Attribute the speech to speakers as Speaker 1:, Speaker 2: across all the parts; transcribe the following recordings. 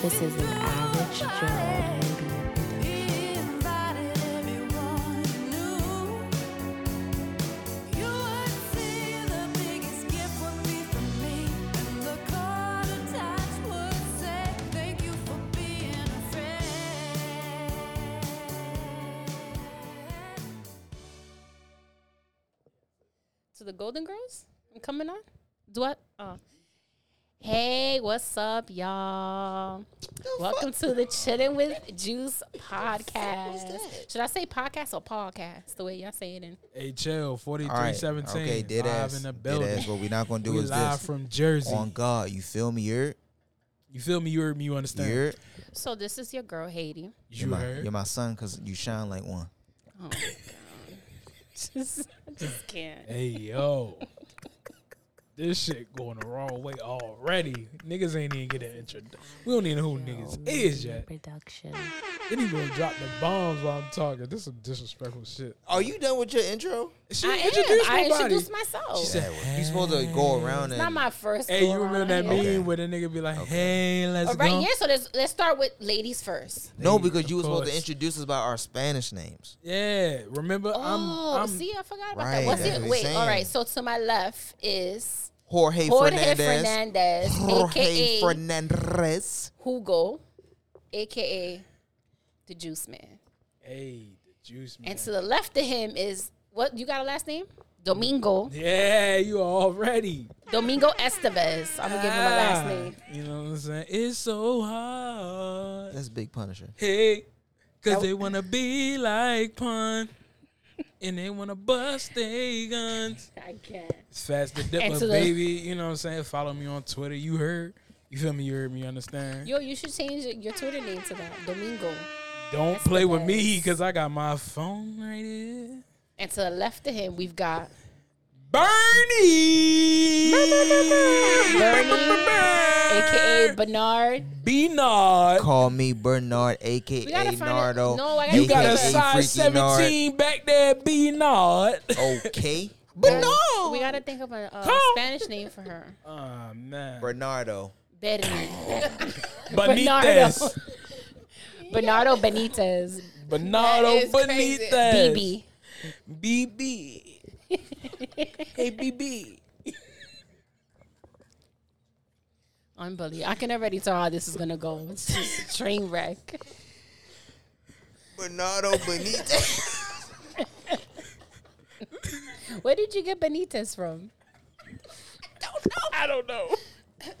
Speaker 1: This is an average Joe.
Speaker 2: to the Golden Girls. I'm coming on. Do what? Uh, hey, what's up, y'all? Welcome to the Chilling with Juice podcast. Should I say podcast or podcast? The way y'all say it in.
Speaker 3: Hey, chill. Forty
Speaker 4: All
Speaker 3: three
Speaker 4: right.
Speaker 3: seventeen.
Speaker 4: Okay, dead
Speaker 3: live
Speaker 4: ass.
Speaker 3: in the
Speaker 4: Dead
Speaker 3: building.
Speaker 4: ass. What we not gonna do
Speaker 3: we
Speaker 4: is
Speaker 3: live
Speaker 4: this.
Speaker 3: from Jersey.
Speaker 4: On God, you feel me? You're,
Speaker 3: you feel me? You heard me. You understand?
Speaker 4: you're,
Speaker 2: So this is your girl Haiti.
Speaker 3: you
Speaker 4: you're my,
Speaker 3: heard?
Speaker 4: you're my son because you shine like one.
Speaker 2: Oh my god. just, I just can't.
Speaker 3: Hey yo, this shit going the wrong way already. Niggas ain't even get an introduction. We don't even know who niggas is yet.
Speaker 1: Production.
Speaker 3: They didn't even drop the bombs while I'm talking. This is some disrespectful shit.
Speaker 4: Are you done with your intro?
Speaker 3: She
Speaker 2: I am.
Speaker 3: introduced
Speaker 2: I
Speaker 3: nobody.
Speaker 2: introduced myself.
Speaker 3: She said,
Speaker 4: you supposed to go around and
Speaker 2: Not my first.
Speaker 3: "Hey, you
Speaker 2: go-around
Speaker 3: remember that
Speaker 2: here.
Speaker 3: meme
Speaker 4: Okay.
Speaker 3: where the nigga be like, hey, let's
Speaker 2: All Oh, right,
Speaker 3: go.'
Speaker 2: yeah. So let's let's start with ladies first.
Speaker 4: no because you
Speaker 3: Of
Speaker 4: was supposed to
Speaker 3: course.
Speaker 4: introduce us by our Spanish names.
Speaker 3: Yeah, remember?
Speaker 2: Oh,
Speaker 3: I'm, I'm
Speaker 2: see, I forgot about
Speaker 4: Right,
Speaker 2: that. What's
Speaker 4: that's
Speaker 2: your
Speaker 4: what we
Speaker 2: wait? All
Speaker 4: saying.
Speaker 2: right. So to my left is
Speaker 4: Jorge,
Speaker 2: Jorge
Speaker 4: Fernandez.
Speaker 2: Fernandez,
Speaker 4: Jorge
Speaker 2: aka
Speaker 4: Fernandez.
Speaker 2: Hugo, aka the Juice Man.
Speaker 3: hey, the juice man.
Speaker 2: And to the left of him is what? You got a last name? Domingo.
Speaker 3: yeah, you already.
Speaker 2: Domingo Estevez. I'm gonna give him a last name.
Speaker 3: You know what I'm saying? It's so hard.
Speaker 4: That's Big Punisher.
Speaker 3: Hey,
Speaker 2: That
Speaker 3: cause
Speaker 2: w-
Speaker 3: they wanna be like pun, and they wanna bust they guns.
Speaker 2: I can't.
Speaker 3: It's fast the
Speaker 2: And
Speaker 3: dipper,
Speaker 2: to the-
Speaker 3: baby. You know what I'm saying? Follow me on Twitter. You heard? You feel me? You heard me? You Understand?
Speaker 2: Yo, you should change your Twitter name to that, Domingo.
Speaker 3: Don't
Speaker 2: That's the
Speaker 3: play with me,
Speaker 2: best.
Speaker 3: cause I got my phone right here.
Speaker 2: And to the left of him, we've got
Speaker 3: Bernie.
Speaker 2: aka Bernard.
Speaker 3: Bernard.
Speaker 4: Call me Bernard, aka
Speaker 2: We gotta find a-
Speaker 4: Nardo.
Speaker 2: no, I gotta
Speaker 3: You
Speaker 4: aka
Speaker 3: got a
Speaker 2: Hey,
Speaker 3: size
Speaker 4: Freaky Nard. Oh.
Speaker 3: 17 back there, Bernard.
Speaker 4: Okay,
Speaker 2: We gotta think of a uh,
Speaker 3: Come.
Speaker 2: Spanish name for her.
Speaker 3: Oh, man.
Speaker 4: Bernardo.
Speaker 2: Bernardo.
Speaker 3: Benitez.
Speaker 2: Bernardo Benitez.
Speaker 3: Bernardo
Speaker 5: That is crazy.
Speaker 3: Benitez.
Speaker 2: BB.
Speaker 3: BB. BB. hey, BB.
Speaker 2: Unbelievable. I can already tell how this is gonna go. It's just a train wreck.
Speaker 4: Bernardo Benitez.
Speaker 2: Where did you get Benitez from?
Speaker 3: I don't know.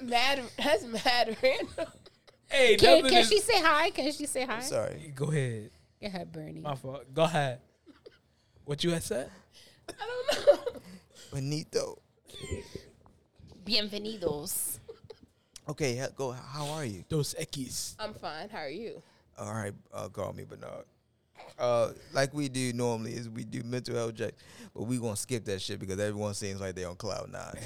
Speaker 5: Mad, that's mad random.
Speaker 3: Hey,
Speaker 2: Can,
Speaker 3: nothing
Speaker 2: can
Speaker 3: is-
Speaker 2: she say hi? Can she say hi?
Speaker 4: Sorry.
Speaker 3: Go ahead.
Speaker 2: Go ahead, Bernie.
Speaker 3: My fault. Go ahead. What you had said?
Speaker 5: I don't know.
Speaker 4: Benito.
Speaker 2: Bienvenidos.
Speaker 4: Okay, h- go. How are you?
Speaker 3: Dos Equis.
Speaker 5: I'm fine. How are you?
Speaker 4: All right, uh, call me Bernard. Uh, like we do normally is we do mental health checks, but we gonna skip that shit because everyone seems like they on cloud nine.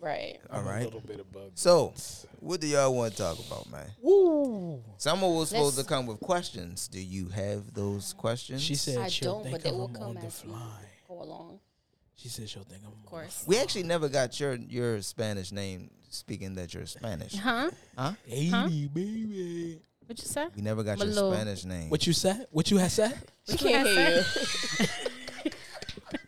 Speaker 2: Right.
Speaker 4: All right.
Speaker 3: bit of bugs.
Speaker 4: So, what do y'all want to talk about, man?
Speaker 3: Woo.
Speaker 4: Someone was supposed
Speaker 2: Let's-
Speaker 4: to come with questions. Do you have those questions?
Speaker 3: She said
Speaker 2: I
Speaker 3: she'll
Speaker 2: don't,
Speaker 3: think
Speaker 2: but they
Speaker 3: of
Speaker 2: will
Speaker 3: him
Speaker 2: come
Speaker 3: on the
Speaker 2: as we
Speaker 3: fly.
Speaker 2: Go along,
Speaker 3: She said she'll think of him.
Speaker 2: of course.
Speaker 4: We actually never got your your Spanish name. Speaking that you're Spanish,
Speaker 2: Huh?
Speaker 4: huh?
Speaker 3: Hey,
Speaker 2: Huh?
Speaker 3: baby.
Speaker 2: What you say?
Speaker 4: We never got
Speaker 2: Malo.
Speaker 4: your Spanish name.
Speaker 3: What you said? What you had said?
Speaker 5: She can't
Speaker 2: had
Speaker 5: hear you.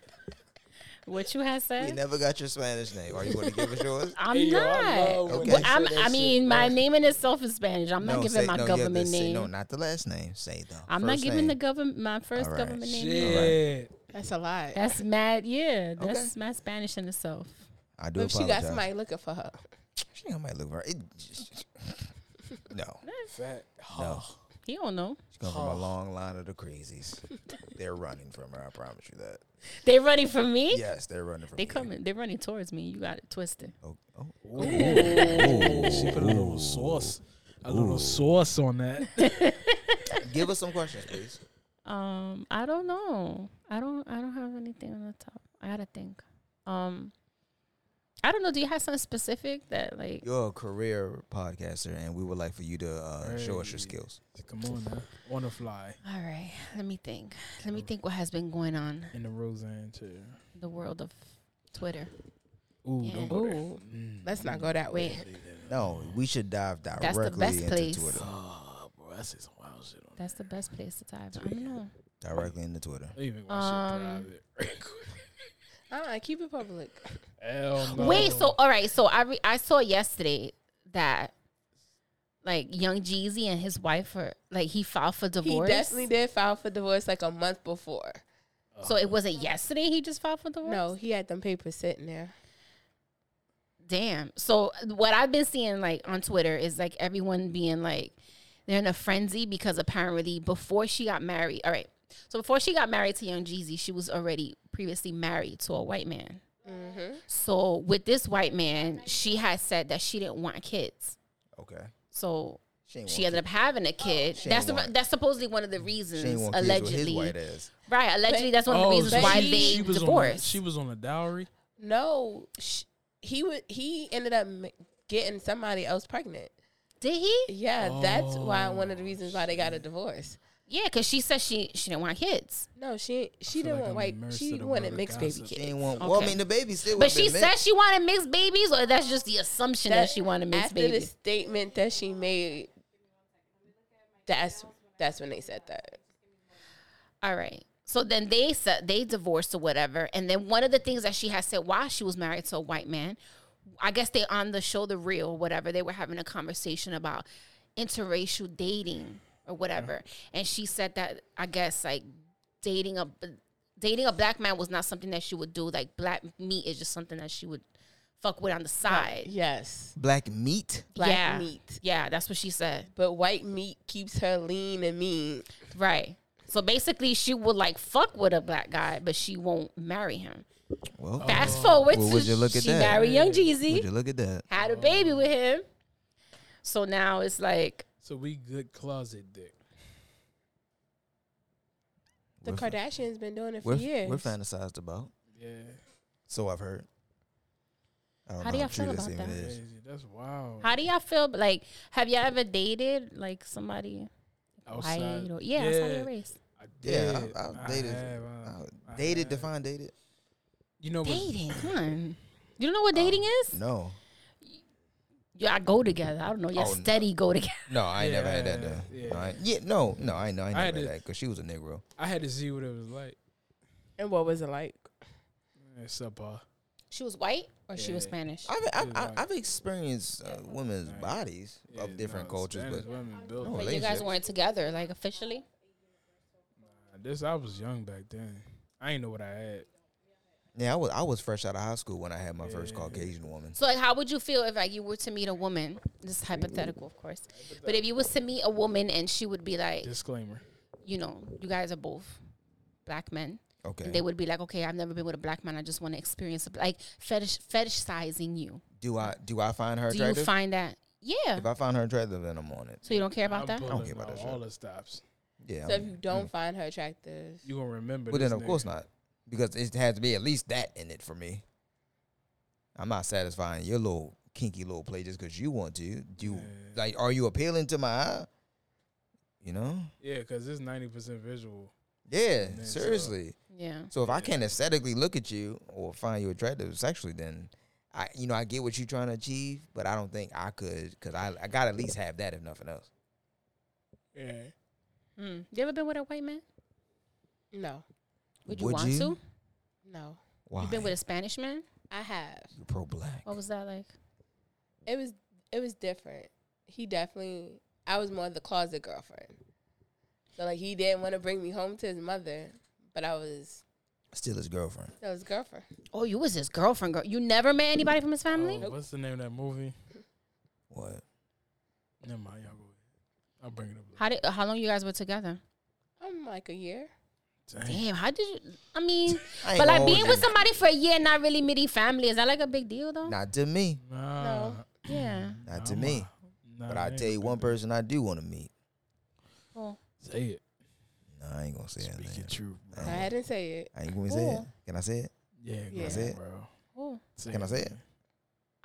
Speaker 2: What you had
Speaker 4: we
Speaker 2: said?
Speaker 4: never got your Spanish name. Are you going to give us yours?
Speaker 2: I'm
Speaker 3: Hey, yo,
Speaker 2: not.
Speaker 3: I love when
Speaker 2: Well,
Speaker 4: Okay.
Speaker 3: you say
Speaker 2: I'm,
Speaker 3: that
Speaker 2: I
Speaker 3: shit,
Speaker 2: mean,
Speaker 3: bro.
Speaker 2: my name in itself is Spanish. I'm not giving
Speaker 4: say-
Speaker 2: my
Speaker 4: uh, no, you have to
Speaker 2: government
Speaker 4: say-
Speaker 2: name.
Speaker 4: no, not the last name. Say the.
Speaker 2: I'm not
Speaker 4: first
Speaker 2: giving
Speaker 4: name.
Speaker 2: the government my first
Speaker 4: Alright.
Speaker 2: government name. either.
Speaker 3: Shit.
Speaker 5: That's a lot.
Speaker 2: That's mad. Yeah, that's
Speaker 4: Okay.
Speaker 2: my Spanish in itself.
Speaker 4: I do
Speaker 5: What if she
Speaker 4: apologize.
Speaker 5: got somebody looking for her?
Speaker 4: She think I might look for it. just- No,
Speaker 3: Fat.
Speaker 4: no.
Speaker 2: He don't know.
Speaker 4: She's coming from a long line of the crazies. they're running from her. I promise you that.
Speaker 2: They running for me.
Speaker 4: Yes, they're running from.
Speaker 2: They
Speaker 4: you.
Speaker 2: coming. They running towards me. You got it twisted.
Speaker 4: Oh, oh.
Speaker 3: She put a little sauce. A little sauce on that.
Speaker 4: Give us some questions, please.
Speaker 2: Um, I don't know. I don't. I don't have anything on the top. I gotta think. Um, I don't know. Do you have something specific that like?
Speaker 4: You're a career podcaster, and we would like for you to uh, show us your
Speaker 3: Hey.
Speaker 4: skills.
Speaker 3: Come on now. On the fly.
Speaker 2: All right, let me think. Let me think what has been going on
Speaker 3: In the Roseanne too.
Speaker 2: in the world of Twitter.
Speaker 3: Ooh,
Speaker 2: Yeah.
Speaker 3: don't go there.
Speaker 5: Let's not go that way.
Speaker 3: Leave that
Speaker 4: No, we should dive directly
Speaker 2: That's the best
Speaker 4: into
Speaker 2: place.
Speaker 4: Twitter.
Speaker 3: Oh, bro, that's just wild shit. On
Speaker 2: That's the best place to dive. I don't know.
Speaker 4: Directly into Twitter.
Speaker 3: Let me make my
Speaker 2: Um,
Speaker 3: shit private.
Speaker 5: Uh-uh, keep it public.
Speaker 3: Hell no.
Speaker 2: Wait, so all right, so I re- I saw yesterday that like Young Jeezy and his wife were like he filed for
Speaker 5: He
Speaker 2: divorce.
Speaker 5: definitely did file for divorce like a month before.
Speaker 2: So it wasn't yesterday he just filed for divorce.
Speaker 5: No, he had them papers sitting there.
Speaker 2: Damn. So what I've been seeing like on Twitter is like everyone being like they're in a frenzy because apparently before she got married, all right. So before she got married to Young Jeezy, she was already previously married to a white man.
Speaker 5: Mm-hmm.
Speaker 2: So with this white man, she had said that she didn't want kids.
Speaker 4: Okay.
Speaker 2: So
Speaker 4: She ain't
Speaker 2: she
Speaker 4: want
Speaker 2: ended up having a kid.
Speaker 4: She
Speaker 2: that's
Speaker 4: ain't
Speaker 2: the,
Speaker 4: want-
Speaker 2: that's supposedly one of the
Speaker 4: kids. She ain't
Speaker 2: reasons
Speaker 4: want kids with his
Speaker 2: allegedly.
Speaker 4: white ass.
Speaker 2: Right, allegedly that's one of the reasons
Speaker 5: but
Speaker 2: why
Speaker 5: she-
Speaker 2: they
Speaker 5: she
Speaker 3: Oh, was On,
Speaker 2: divorced.
Speaker 3: she was on a dowry.
Speaker 5: No, sh- he would. He ended up m- getting somebody else pregnant.
Speaker 2: Did he?
Speaker 5: Yeah, that's
Speaker 3: Oh,
Speaker 5: why one of the reasons why they got a divorce.
Speaker 2: Yeah, because she said she she didn't want kids.
Speaker 5: No, she she
Speaker 3: feel
Speaker 5: didn't
Speaker 3: like I'm
Speaker 5: want white.
Speaker 3: immersed
Speaker 5: She
Speaker 3: in the
Speaker 5: wanted
Speaker 3: world of
Speaker 5: mixed baby
Speaker 4: She
Speaker 5: kids.
Speaker 4: ain't want. Well, I
Speaker 2: Okay.
Speaker 4: mean, the baby still.
Speaker 2: But
Speaker 4: would've
Speaker 2: she
Speaker 4: been
Speaker 2: said
Speaker 4: mixed.
Speaker 2: she wanted mixed babies, or that's just the assumption that, she wanted mixed
Speaker 5: after
Speaker 2: babies.
Speaker 5: the statement that she made. That's that's when they said that.
Speaker 2: All right. So then they said they divorced or whatever. And then one of the things that she had said while she was married to a white man, I guess they on the show The Real, whatever, they were having a conversation about interracial dating or whatever. And she said that I guess like dating a dating a black man was not something that she would do. Like black meat is just something that she would fuck with on the side.
Speaker 5: Yes,
Speaker 4: black meat.
Speaker 5: black
Speaker 2: Yeah.
Speaker 5: meat,
Speaker 2: Yeah, that's what she said.
Speaker 5: but white meat keeps her lean and mean.
Speaker 2: Right. So basically she would like fuck with a black guy, but she won't marry him.
Speaker 4: Well,
Speaker 2: Fast forward
Speaker 4: Oh, Well,
Speaker 2: to
Speaker 4: would you look at
Speaker 2: she
Speaker 4: that?
Speaker 2: married Young
Speaker 4: would
Speaker 2: Jeezy,
Speaker 4: you look at that?
Speaker 2: had a baby with him. So now it's like,
Speaker 3: So we good closet dick.
Speaker 5: The
Speaker 4: We're-
Speaker 5: Kardashians been doing it for
Speaker 4: We're,
Speaker 5: years.
Speaker 4: we're fantasized about.
Speaker 3: Yeah,
Speaker 4: So I've heard. I don't
Speaker 2: How do
Speaker 4: know
Speaker 2: y'all feel
Speaker 4: true
Speaker 2: about
Speaker 4: even
Speaker 2: that?
Speaker 4: is.
Speaker 3: crazy. That's wild.
Speaker 2: how do y'all feel? Like, have y'all ever dated like somebody white
Speaker 3: Outside,
Speaker 2: or yeah, outside of your race?
Speaker 3: I
Speaker 4: Yeah,
Speaker 3: did.
Speaker 4: I, I, dated.
Speaker 3: have, I-
Speaker 4: I
Speaker 3: I
Speaker 4: Uh, dated.
Speaker 3: have.
Speaker 4: Define dated.
Speaker 3: You know, what?
Speaker 2: Dating, come on. You don't know what dating is?
Speaker 4: No,
Speaker 2: Y'all go together. I don't know. Y'all
Speaker 4: Oh, no.
Speaker 2: steady go together.
Speaker 4: no, I ain't never had that
Speaker 3: Yeah,
Speaker 4: though.
Speaker 3: yeah.
Speaker 4: No, I, yeah, no, no, I know, I ain't
Speaker 3: I
Speaker 4: never had
Speaker 3: did.
Speaker 4: that because she was a Negro.
Speaker 3: I had to see what it was like.
Speaker 5: and what was it like?
Speaker 3: It's subpar.
Speaker 2: She was white or she was
Speaker 3: Yeah.
Speaker 2: Spanish?
Speaker 4: I've I've,
Speaker 3: Yeah,
Speaker 4: I've, I've experienced uh, women's
Speaker 3: Right.
Speaker 4: bodies
Speaker 3: Yeah,
Speaker 4: of different
Speaker 3: nah,
Speaker 4: cultures,
Speaker 3: Spanish
Speaker 4: but
Speaker 3: women built
Speaker 4: no
Speaker 3: it.
Speaker 2: But you guys
Speaker 4: relationships.
Speaker 2: weren't together, like officially.
Speaker 3: this. I was young back then. I ain't know what I had.
Speaker 4: yeah, I was I was fresh out of high school when I had my first Caucasian woman.
Speaker 2: So, like, how would you feel if like you were to meet a woman? This is hypothetical, of course. But if you was to meet a woman and she would be like,
Speaker 3: Disclaimer.
Speaker 2: you know, you guys are both black men.
Speaker 4: Okay,
Speaker 2: And they would be like, okay, I've never been with a black man. I just want to experience, a, like, fetish, fetishizing you.
Speaker 4: do I do I find her
Speaker 2: Do you
Speaker 4: attractive?
Speaker 2: find that? Yeah.
Speaker 4: if I find her attractive, then I'm on it.
Speaker 2: So you don't care about
Speaker 3: I'm
Speaker 2: that?
Speaker 3: pulling
Speaker 4: don't care about
Speaker 3: out
Speaker 4: that shit.
Speaker 3: all the stops.
Speaker 4: Yeah,
Speaker 5: So if
Speaker 4: I'm-
Speaker 5: you don't find her attractive,
Speaker 3: You gonna remember?
Speaker 4: Well,
Speaker 3: this
Speaker 4: then of
Speaker 3: nigga.
Speaker 4: course not, because it has to be at least that in it for me. I'm not satisfying your little kinky little play just because you want to. Do you, like, are you appealing to my eye? You know?
Speaker 3: Yeah, because it's ninety percent visual.
Speaker 4: Yeah,
Speaker 3: Man, so-
Speaker 4: seriously.
Speaker 2: Yeah.
Speaker 4: So if I can't aesthetically look at you or find you attractive sexually, then I, you know, I get what you're trying to achieve, but I don't think I could because I, I got to at least have that if nothing else.
Speaker 3: Yeah.
Speaker 2: Mm. You ever been with a white man?
Speaker 5: no,
Speaker 2: Would you
Speaker 4: Would
Speaker 2: want
Speaker 4: you?
Speaker 2: to?
Speaker 5: no,
Speaker 4: Why?
Speaker 2: You've been with a Spanish man?
Speaker 5: I have.
Speaker 4: You're pro black.
Speaker 2: What was that like?
Speaker 5: It was it was different. He definitely. I was more the closet girlfriend. So like he didn't want to bring me home to his mother, but I was
Speaker 4: Still his girlfriend.
Speaker 5: still his girlfriend.
Speaker 2: Oh, you was his girlfriend, girl. You never met anybody from his family?
Speaker 3: Oh, what's the name of that movie?
Speaker 4: What?
Speaker 3: Never mind, y'all go ahead. I'll bring it up.
Speaker 2: How did? How long you guys were together?
Speaker 5: I'm like a year.
Speaker 3: Later. Damn.
Speaker 2: Damn, how did you? I mean,
Speaker 4: I
Speaker 2: but
Speaker 4: ain't gonna
Speaker 2: like
Speaker 4: hold
Speaker 2: being
Speaker 4: you.
Speaker 2: with somebody for a year, and not really meeting family, is that like a big deal though?
Speaker 4: Not to me.
Speaker 3: Nah,
Speaker 2: Yeah.
Speaker 4: Not to
Speaker 3: nah,
Speaker 4: me.
Speaker 3: nah,
Speaker 4: But
Speaker 3: I
Speaker 4: I
Speaker 3: ain't
Speaker 4: tell you
Speaker 3: gonna
Speaker 4: one
Speaker 3: do that.
Speaker 4: person I do want to meet.
Speaker 2: Cool.
Speaker 3: Say it.
Speaker 4: No, I ain't gonna say that.
Speaker 3: Speak
Speaker 4: name.
Speaker 3: your truth. Bro.
Speaker 4: Uh,
Speaker 5: I hadn't say it.
Speaker 4: I ain't gonna say it.
Speaker 2: Cool.
Speaker 4: Can I say it?
Speaker 3: Yeah,
Speaker 5: Yeah.
Speaker 3: yeah.
Speaker 2: oh.
Speaker 4: Say it.
Speaker 3: bro.
Speaker 2: Cool.
Speaker 3: Say
Speaker 4: Can I say it?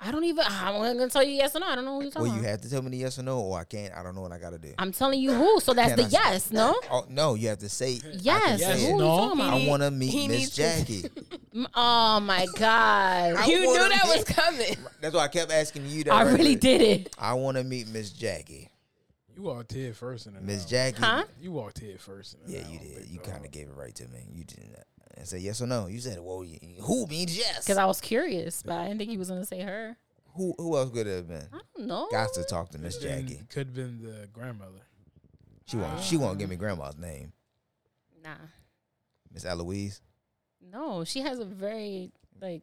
Speaker 2: I don't even. I'm not gonna tell you yes or no. I don't know who you're talking
Speaker 4: Well, you
Speaker 2: about.
Speaker 4: have to tell me the yes or no, or I can't. I don't know what I gotta do.
Speaker 2: I'm telling you who. So that's
Speaker 4: Can
Speaker 2: the
Speaker 4: I say-
Speaker 2: yes. No.
Speaker 4: Oh no, you have to say. I can
Speaker 2: Yes.
Speaker 4: say
Speaker 3: Yes,
Speaker 2: who
Speaker 4: it.
Speaker 2: are
Speaker 3: no.
Speaker 2: you talking
Speaker 4: I
Speaker 5: He-
Speaker 4: want to meet
Speaker 5: he
Speaker 4: Miss
Speaker 5: needs to-
Speaker 4: Jackie.
Speaker 2: about? Oh my god.
Speaker 4: I
Speaker 5: You knew
Speaker 4: wanna
Speaker 5: that was
Speaker 4: meet-
Speaker 5: coming.
Speaker 4: That's why I kept asking you that.
Speaker 2: I
Speaker 4: right
Speaker 2: really
Speaker 4: there.
Speaker 2: did it.
Speaker 4: I want to meet Miss Jackie.
Speaker 3: You walked here first in the
Speaker 4: Miss
Speaker 3: hour.
Speaker 4: Jackie.
Speaker 2: Huh?
Speaker 3: You walked here first. In the
Speaker 4: Yeah,
Speaker 3: hour,
Speaker 4: you did.
Speaker 3: big
Speaker 4: You
Speaker 3: dog.
Speaker 4: kind of gave it right to me. You did not. And say yes or no. You said, "Well, you, who means yes?"
Speaker 2: Because I was curious, but I didn't think he was gonna say her.
Speaker 4: who who else could it have been?
Speaker 2: I don't know.
Speaker 4: Got to talk to Miss
Speaker 3: Then
Speaker 4: Jackie.
Speaker 3: could have been the grandmother.
Speaker 4: She won't. She won't give me grandma's name.
Speaker 2: Nah.
Speaker 4: Miss Eloise.
Speaker 2: No, she has a very like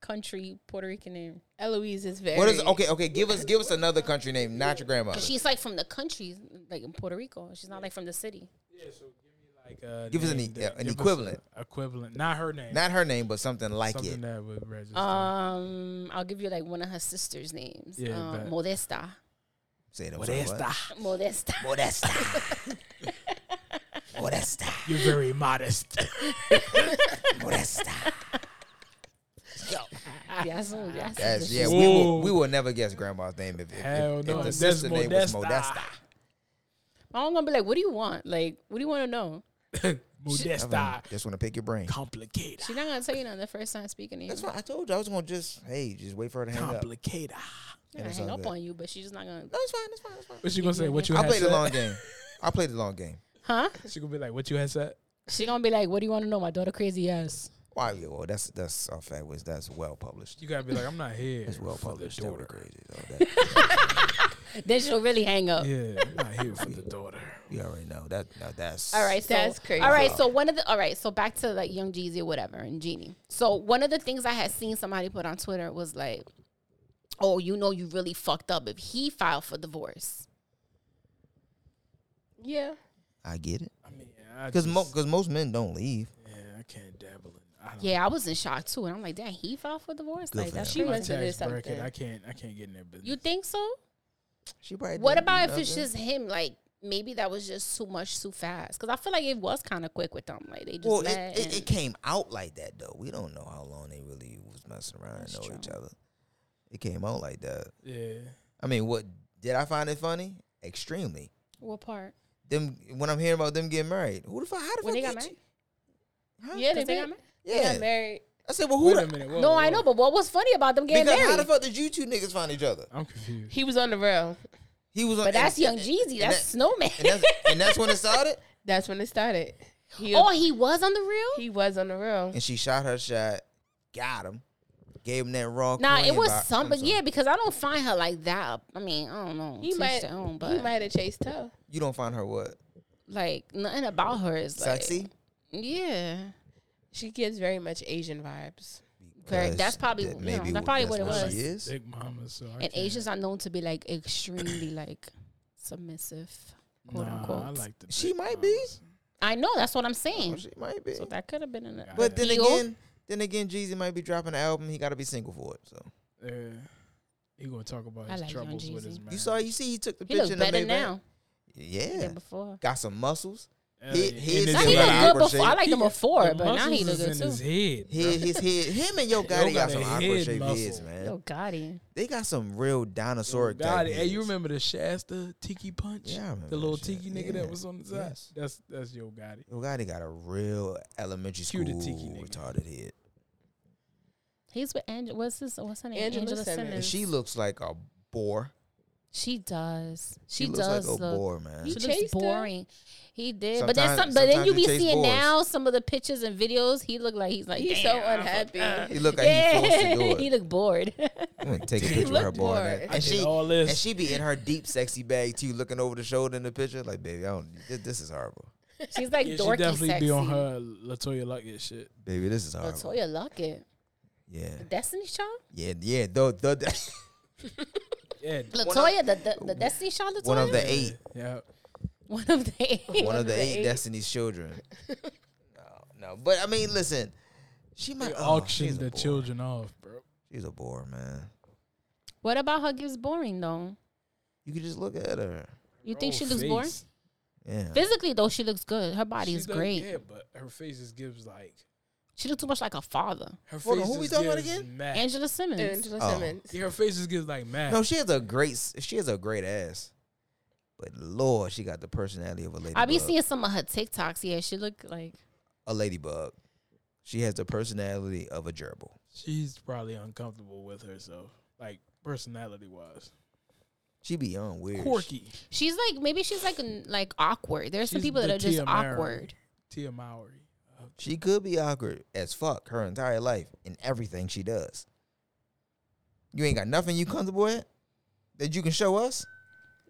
Speaker 2: country Puerto Rican name.
Speaker 5: Eloise is very.
Speaker 4: What is okay? Okay, give us give us another country name, not your grandmother.
Speaker 2: She's like from the country, like in Puerto Rico. She's not like from the city.
Speaker 3: Like, uh,
Speaker 4: Give us an
Speaker 3: name
Speaker 4: e-
Speaker 3: that-
Speaker 4: an
Speaker 3: give us
Speaker 4: equivalent.
Speaker 3: a- equivalent, not her name.
Speaker 4: Not her name, but something like
Speaker 3: something
Speaker 4: it.
Speaker 3: that would register.
Speaker 2: Um, I'll give you like one of her sister's names.
Speaker 3: Yeah,
Speaker 2: Um,
Speaker 3: bet.
Speaker 2: Modesta.
Speaker 4: Say it. I'm
Speaker 3: What
Speaker 4: sorry,
Speaker 3: is
Speaker 4: what?
Speaker 3: that?
Speaker 2: Modesta.
Speaker 4: Modesta. Modesta.
Speaker 3: You're very modest.
Speaker 4: Modesta.
Speaker 2: Yes, oh, yes.
Speaker 4: That's, yeah,
Speaker 3: Whoa.
Speaker 4: we will, we will never guess grandma's name if, if, if-
Speaker 3: Hell
Speaker 4: if
Speaker 3: no,
Speaker 4: the
Speaker 3: that's
Speaker 4: sister name was
Speaker 3: Modesta.
Speaker 4: Modesta.
Speaker 2: I'm gonna be like, what do you want? Like, what do you want to know?
Speaker 3: Modesta.
Speaker 4: Just want to pick your brain.
Speaker 3: Complicated.
Speaker 2: She's not gonna tell you nothing the first time speaking to you.
Speaker 4: That's what I told you. I was gonna just hey, just wait for her to hang up.
Speaker 3: Complicated.
Speaker 2: She's not gonna
Speaker 4: it's
Speaker 2: hang
Speaker 4: all
Speaker 2: up
Speaker 4: good.
Speaker 2: on you, but she's just not gonna.
Speaker 4: No, it's fine. It's fine. It's fine.
Speaker 3: What you gonna say? What you
Speaker 4: I
Speaker 3: had
Speaker 4: played the
Speaker 3: said?
Speaker 4: long game. I played the long game.
Speaker 2: Huh?
Speaker 3: She gonna be like, "What you had said?"
Speaker 2: She gonna be like, what do you want to know? My daughter crazy ass.
Speaker 4: Why? yeah, Well, that's that's our fact was that's well published.
Speaker 3: You gotta be like, "I'm not here."
Speaker 4: It's well
Speaker 3: for the
Speaker 4: published. That
Speaker 3: daughter.
Speaker 4: was crazy. though. That-
Speaker 2: Then she'll really hang up.
Speaker 3: Yeah, I'm not here for the daughter.
Speaker 4: you already know that. Now that's
Speaker 2: All right, so,
Speaker 5: That's crazy.
Speaker 2: All right, so one of the all right, so back to like Young Jeezy or whatever and Genie. So one of the things I had seen somebody put on Twitter was like, "Oh, you know, you really fucked up if he filed for divorce."
Speaker 5: Yeah.
Speaker 4: I get it.
Speaker 3: I mean, I
Speaker 4: Because
Speaker 3: just,
Speaker 4: most men don't leave.
Speaker 3: yeah, I can't dabble in. I don't
Speaker 2: Yeah, I was in shock too, and I'm like, "Damn, he filed for divorce."
Speaker 4: Good
Speaker 2: like
Speaker 4: for
Speaker 2: that's
Speaker 5: him. She
Speaker 2: crazy.
Speaker 5: must-
Speaker 3: tax
Speaker 5: Consider
Speaker 3: bracket.
Speaker 5: something.
Speaker 3: I can't. I can't get in their business.
Speaker 2: You think so?
Speaker 4: She probably.
Speaker 2: What
Speaker 4: didn't do
Speaker 2: about if it's
Speaker 4: nothing.
Speaker 2: just him? Like maybe that was just too much, too fast. Because I feel like it was kind of quick with them. Like they just
Speaker 4: Well,
Speaker 2: met
Speaker 4: it, it,
Speaker 2: and-
Speaker 4: it came out like that though. We don't know how long they really was messing around and know each other. It came out like that.
Speaker 3: yeah.
Speaker 4: I mean, what did I find it funny? Extremely.
Speaker 2: what part?
Speaker 4: Them when I'm hearing about them getting married, who the fuck? How the
Speaker 2: When they
Speaker 4: fuck
Speaker 2: got
Speaker 4: did
Speaker 2: married?
Speaker 4: you- Huh?
Speaker 5: Yeah, they,
Speaker 2: 'Cause they
Speaker 5: did.
Speaker 2: got married?
Speaker 5: They got
Speaker 4: Yeah.
Speaker 5: married.
Speaker 4: I said, well, who?
Speaker 3: Wait
Speaker 4: The,
Speaker 3: a minute. Whoa,
Speaker 2: No,
Speaker 3: whoa.
Speaker 2: I know, but what was funny about them getting
Speaker 4: because how the
Speaker 2: married?
Speaker 4: fuck did you two niggas find each other?
Speaker 3: I'm confused.
Speaker 5: He was on the rail.
Speaker 4: He was on.
Speaker 2: But that's
Speaker 4: and-
Speaker 2: Young Jeezy. That's
Speaker 4: that-
Speaker 2: Snowman.
Speaker 4: And that's, and that's when it started.
Speaker 5: That's when it started. He,
Speaker 2: oh, he was on the real.
Speaker 5: he was on the rail.
Speaker 4: And she shot her shot, got him, gave him that raw.
Speaker 2: Nah, it
Speaker 4: coin
Speaker 2: was
Speaker 4: about-
Speaker 2: some,
Speaker 4: I'm
Speaker 2: but
Speaker 4: sorry.
Speaker 2: yeah, because I don't find her like that. I mean, I don't know.
Speaker 5: He
Speaker 2: Teach
Speaker 5: might,
Speaker 2: their own,
Speaker 5: he
Speaker 2: but
Speaker 5: might have chased her.
Speaker 4: You don't find her what
Speaker 2: like nothing about her is like
Speaker 4: sexy.
Speaker 2: Yeah,
Speaker 5: She gives very much Asian vibes.
Speaker 2: very-
Speaker 4: Because
Speaker 2: that's probably- you
Speaker 4: that
Speaker 2: know, that's probably what it
Speaker 4: that's
Speaker 2: was.
Speaker 4: She is.
Speaker 3: Big mama. So I
Speaker 2: and
Speaker 3: can't-
Speaker 2: Asians are known to be like extremely like submissive, quote
Speaker 3: nah,
Speaker 2: unquote.
Speaker 3: I like the.
Speaker 4: She
Speaker 3: big
Speaker 4: might be.
Speaker 3: mamas.
Speaker 2: I know that's what I'm saying.
Speaker 4: Well, she might be.
Speaker 2: so that could have been in it.
Speaker 3: Yeah.
Speaker 4: But then
Speaker 2: Yo.
Speaker 4: again, then again, Jeezy might be dropping an album. He got to be single for it. So
Speaker 3: Yeah. He gonna talk about
Speaker 2: I
Speaker 3: his
Speaker 2: like Young
Speaker 3: troubles with
Speaker 2: Jeezy.
Speaker 3: his
Speaker 2: You
Speaker 3: man.
Speaker 4: you saw, you see, he took the
Speaker 2: He
Speaker 4: picture.
Speaker 2: looked
Speaker 4: in the
Speaker 2: better
Speaker 4: Maybach.
Speaker 2: now
Speaker 4: Yeah,
Speaker 2: than before.
Speaker 4: got some muscles.
Speaker 3: Hell
Speaker 4: He-
Speaker 3: yeah.
Speaker 4: he
Speaker 3: And
Speaker 4: is
Speaker 3: his
Speaker 2: Now
Speaker 4: in
Speaker 2: he
Speaker 4: a
Speaker 3: head.
Speaker 4: lot
Speaker 2: looked
Speaker 4: of
Speaker 2: good
Speaker 4: awkward
Speaker 2: before. I
Speaker 4: shape.
Speaker 2: liked him before,
Speaker 3: The
Speaker 2: but now he
Speaker 3: muscles
Speaker 2: looked
Speaker 3: is
Speaker 2: good
Speaker 3: in his
Speaker 2: too.
Speaker 3: head.
Speaker 4: His, his head, him and Yo Gotti got
Speaker 3: Gotti
Speaker 4: some
Speaker 3: head
Speaker 4: awkward shaped
Speaker 3: muscle.
Speaker 4: heads, man.
Speaker 2: Yo, Gotti.
Speaker 4: They got some real dinosaur.
Speaker 3: God, hey, you remember the Shasta Tiki Punch?
Speaker 4: Yeah, I remember
Speaker 3: the little
Speaker 4: that shit.
Speaker 3: Tiki nigga
Speaker 4: Yeah.
Speaker 3: that was on the side.
Speaker 4: Yes.
Speaker 3: That's that's Yo Gotti.
Speaker 4: Yo Gotti got a real elementary school
Speaker 3: Cute to Tiki nigga.
Speaker 4: retarded head,
Speaker 2: He's with Angela. What's his? What's her name?
Speaker 5: Angela Simmons.
Speaker 4: and she looks like a boar.
Speaker 2: She does. She,
Speaker 4: She, looks
Speaker 2: does
Speaker 4: like a
Speaker 2: look.
Speaker 4: boar, man.
Speaker 2: She
Speaker 5: He
Speaker 2: looks
Speaker 5: chased her.
Speaker 2: boring. He did, but then some,
Speaker 4: Sometimes-
Speaker 2: but then you be
Speaker 4: sometimes you chase
Speaker 2: seeing
Speaker 4: boys.
Speaker 2: now some of the pictures and videos. He look like he's like
Speaker 5: He's so
Speaker 2: "Damn, I
Speaker 5: unhappy.
Speaker 2: forgot."
Speaker 4: He look like he forced to do
Speaker 2: Yeah,
Speaker 4: it.
Speaker 2: he look bored.
Speaker 4: I'm gonna take a picture of her
Speaker 5: looked
Speaker 4: boy.
Speaker 5: bored.
Speaker 4: man.
Speaker 5: I
Speaker 4: And
Speaker 3: did
Speaker 4: she
Speaker 3: all this.
Speaker 4: and she be in her deep sexy bag too, looking over the shoulder in the picture. Like, baby, I don't. This, this is horrible.
Speaker 2: She's like
Speaker 3: Yeah, she
Speaker 2: dorky,
Speaker 3: definitely
Speaker 2: sexy.
Speaker 3: be on her Latoya Luckett shit.
Speaker 4: Baby, this is horrible.
Speaker 2: Latoya Luckett,
Speaker 4: Yeah,
Speaker 2: Destiny Child.
Speaker 4: yeah, yeah. The, the, the-
Speaker 3: Yeah,
Speaker 2: Latoya, the, the the Destiny Child. Latoya?
Speaker 4: one of the eight,
Speaker 3: yeah.
Speaker 2: One of the eight.
Speaker 4: one of the eight
Speaker 5: eight.
Speaker 4: Destiny's children. No, no. But I mean, listen, she might
Speaker 3: They
Speaker 4: oh,
Speaker 3: auctioned
Speaker 4: she's a
Speaker 3: the
Speaker 4: bore.
Speaker 3: children off, bro.
Speaker 4: She's a bore, man.
Speaker 2: What about her gives boring though?
Speaker 4: You could just look at her.
Speaker 2: You think
Speaker 3: Oh,
Speaker 2: she looks boring?
Speaker 4: Yeah,
Speaker 2: Physically though, she looks good. Her body
Speaker 3: She's
Speaker 2: is great.
Speaker 3: Yeah, but her face just gives like
Speaker 2: She looked too much like her father,
Speaker 3: Her
Speaker 4: Hold on, who
Speaker 3: just
Speaker 4: we talking about
Speaker 3: gives
Speaker 4: again?
Speaker 3: mad-
Speaker 2: Angela Simmons.
Speaker 5: Angela
Speaker 4: Oh.
Speaker 5: Simmons.
Speaker 3: Yeah, her face just gets like mad.
Speaker 4: No, she has a great s- she has a great ass. But Lord, she got the personality of a ladybug.
Speaker 2: I be seeing some of her TikToks. Yeah, she look like
Speaker 4: a ladybug. She has the personality of a gerbil.
Speaker 3: She's probably uncomfortable with herself, like personality wise.
Speaker 4: She be on weird.
Speaker 3: Quirky.
Speaker 2: she's like maybe she's like n- like awkward. There's some
Speaker 3: She's
Speaker 2: people
Speaker 3: the
Speaker 2: that are just
Speaker 3: Tia Mowry.
Speaker 2: awkward.
Speaker 3: Tia Mowry.
Speaker 4: She could be awkward as fuck her entire life in everything she does. You ain't got nothing you comfortable with that you can show us.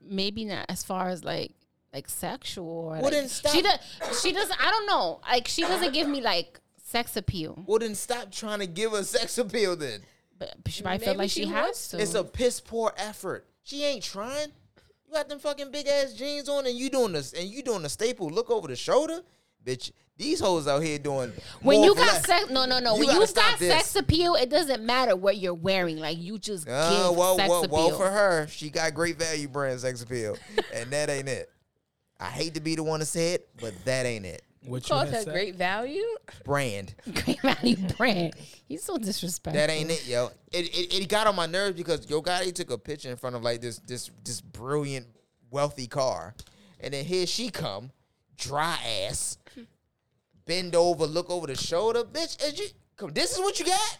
Speaker 2: Maybe not as far as like like sexual. Or
Speaker 4: Well,
Speaker 2: like-
Speaker 4: then stop.
Speaker 2: She does. She does. I don't know. Like she doesn't give me like sex appeal,
Speaker 4: Well, then stop trying to give her sex appeal. Then
Speaker 2: but she might feel
Speaker 5: Maybe
Speaker 2: like she,
Speaker 5: she
Speaker 2: has
Speaker 5: wants
Speaker 2: to.
Speaker 4: it's a piss poor effort. She ain't trying. You got them fucking big ass jeans on, and you doing this, and you doing the staple. Look over the shoulder, bitch. These hoes out here doing.
Speaker 2: when
Speaker 4: more
Speaker 2: you
Speaker 4: for
Speaker 2: got
Speaker 4: less.
Speaker 2: sex, no, no, no.
Speaker 4: You
Speaker 2: when
Speaker 4: gotta
Speaker 2: you
Speaker 4: stop
Speaker 2: got
Speaker 4: this.
Speaker 2: sex appeal, it doesn't matter what you're wearing. Like you just
Speaker 4: Uh,
Speaker 2: give
Speaker 4: well,
Speaker 2: sex
Speaker 4: well,
Speaker 2: appeal.
Speaker 4: well, for her, she got great value brand sex appeal, and that ain't it. I hate to be the one to say it, but that ain't it.
Speaker 3: What
Speaker 5: Calls her
Speaker 3: had said?
Speaker 5: great value.
Speaker 4: Brand,
Speaker 2: Great value brand. He's so disrespectful.
Speaker 4: that ain't it, yo. It, it it got on my nerves because Yo Gotti took a picture in front of like this this this brilliant wealthy car, and then here she come, dry ass, bend over, look over the shoulder, bitch. Is you come? This is what you got.